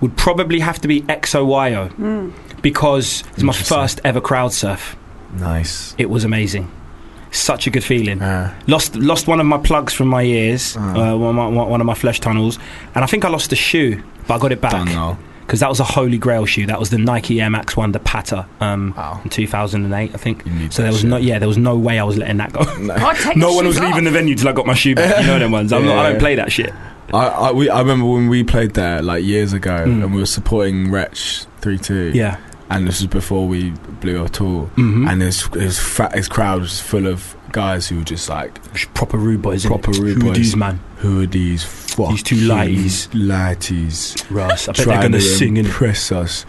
would probably have to be XOYO because it's my Interesting. first ever crowd surf. Nice. It was amazing. Such a good feeling. Yeah. Lost lost one of my plugs from my ears, Ah. uh, one, of my, one of my flesh tunnels, and I think I lost a shoe, but I got it Don't back know. because that was a holy grail shoe. That was the Nike Air Max One, the Patter, um, Wow. in 2008, I think. You need So that there was shit. no yeah, there was no way I was letting that go. God, take no your one was shoes off. leaving the venue till I got my shoe back. You know them ones. I'm not, I Yeah. don't play that shit. I I, we, I remember when we played there like years ago, and we were supporting Wretch three two. Yeah. and this was before we blew our tour, Mhm. and his his, fa- his crowd was full of guys who were just like, Proper rude boys. innit? Proper rude Who boys. these man. who are these fucking These two lighties. lighties Russ. I bet they're trying gonna to sing and impress us,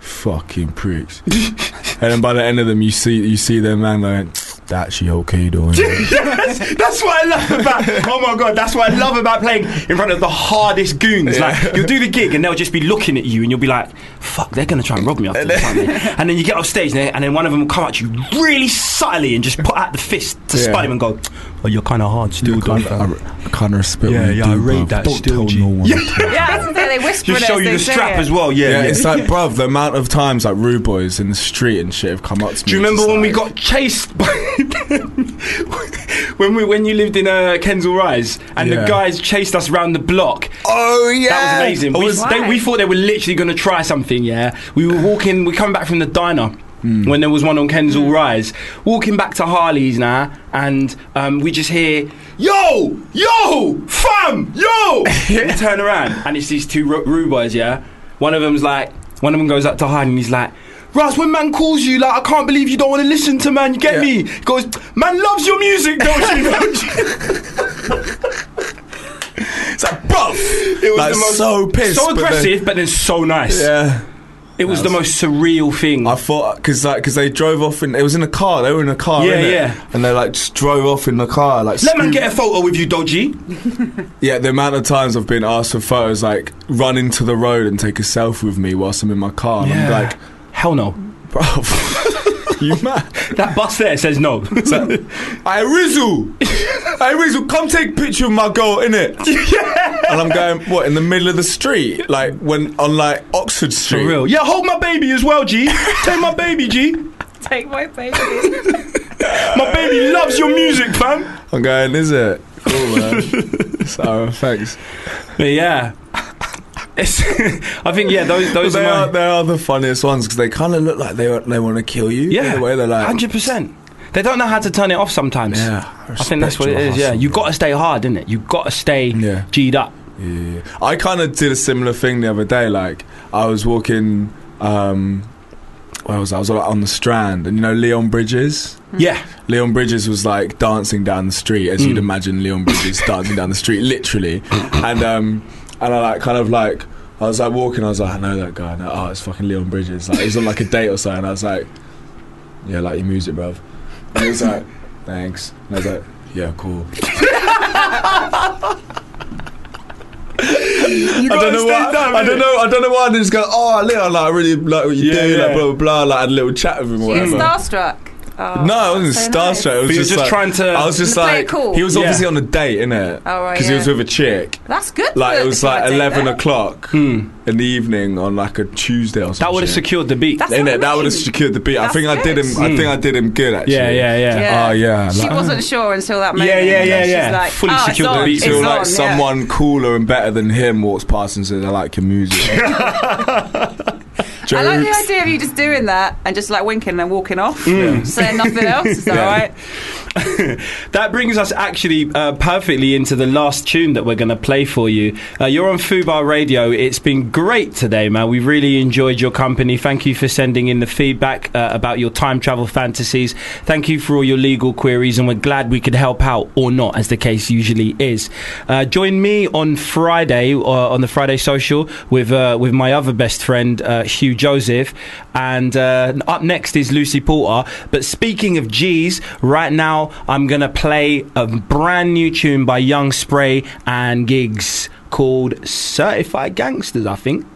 fucking pricks. and then by the end of them, you see you see their man like, that's your okay doing. That's what I love about. Oh my god, that's what I love about playing in front of the hardest goons. Like you'll do the gig and they'll just be looking at you and you'll be like, "Fuck, they're gonna try and rob me after this." aren't they?" And then you get off stage and, they- and then one of them will come at you really subtly and just put out the fist to Yeah. spite him and go, "Oh, you're kind of hard still, I don't can't, I, you?" I can't respect Yeah, what you yeah, I do, read bruv. that, Don't still tell G. no one. Yeah, that's the thing, they whisper Just it show as you they the say strap it. as well. Yeah, Yeah, yeah. it's like, bruv, the amount of times like rude boys in the street and shit have come up to me. Do you remember just when we like- got chased by when we when you lived in uh, Kensal Rise and the Yeah. guys chased us round the block? Oh yeah, That was amazing. We, was- they, we Why? thought they were literally going to try something. Yeah, we were walking. We come back from the diner. Hmm. When there was one on Kensal Rise, walking back to Harley's now, and um, we just hear, "Yo, yo, fam, yo!" we turn around, and it's these two ru- rude boys. Yeah, one of them's like, one of them goes up to Harley, and he's like. Russ, when man calls you, like, I can't believe you don't want to listen to man, you get Yeah. me? He goes, man loves your music, don't you? Don't you? It's like, bruv, It was like, the most so pissed, so but then- aggressive, but then, so nice. yeah, It was the most surreal thing. I thought because like because they drove off in it was in a car. They were in a car, Yeah, innit? yeah. And they like just drove off in the car, like Let man scoot- get a photo with you, dodgy. Yeah, the amount of times I've been asked for photos, like run into the road and take a selfie with me whilst I'm in my car, and I'm like, hell no. bruv, you mad? That bus there says no. I Rizzle, I Rizzle, come take a picture of my girl in it. And I'm going what in the middle of the street, like when on like Oxford Street. For real. Yeah, hold my baby as well, G. Take my baby, G. Take my baby. My baby loves your music, fam. I'm going, is it? Cool, man. so thanks. But yeah. It's, I think yeah, those But those they are are my they are the funniest ones because they kind of look like they they want to kill you. yeah, the way they're like. hundred percent. They don't know how to turn it off sometimes. Yeah, I think that's what it is. Yeah, you got to stay hard, innit? You got to stay Yeah. g'd up. Yeah. I kind of did a similar thing the other day. Like I was walking, um, where was I? I was like, on the Strand, and you know Leon Bridges. Yeah, Leon Bridges was like dancing down the street, as you'd imagine Leon Bridges dancing down the street, literally. And um, and I like kind of like I was like walking, I was like, I know that guy. And, oh, it's fucking Leon Bridges. Like he was on like a date or something. And I was like, yeah, I like your music, bruv. And he was like, thanks. And I was like, yeah, cool. you gotta I don't know stay why. down, I don't innit? know. I don't know why. They just go, oh, I, li- I like, really like what you Yeah, do, like yeah. blah blah blah. Like, I had a little chat with him or You get whatever. starstruck. Oh, No, I wasn't that's so starstruck. nice. But he It was was just, just like- trying to- I was just Play it like, cool. he was Yeah. obviously on a date, innit? Oh, right, Because yeah. he was with a chick. That's good. Like for- it was for a like date, eleven though. o'clock in the evening on like a Tuesday or something. Hmm. That would have secured the beat. That's In what I it, that mean. would have secured the beat. I That's think I did good. him. I think I did him good. Actually. yeah, yeah, yeah. Oh, yeah, She like- wasn't sure until that moment. Yeah, yeah, and yeah, she's yeah. Like, Fully oh, it's secured the on, beat it's to, Until on, like yeah. someone cooler and better than him walks past and says, "I like your music." I like the Jokes. idea of you just doing that and just like winking and then walking off, Mm. saying nothing else. Is that Yeah. right? That brings us actually uh, perfectly into the last tune that we're going to play for you. Uh, you're on Fubar Radio. It's been great today, man. We've really enjoyed your company. Thank you for sending in the feedback uh, about your time travel fantasies. Thank you for all your legal queries, and we're glad we could help out or not, as the case usually is. Uh, join me on Friday uh, on the Friday Social with uh, with my other best friend uh, Hugh Joseph, and uh, up next is Lucy Porter. But speaking of G's, right now I'm gonna play a brand new tune by Young Spray and Gigs called Certified Gangsters, I think.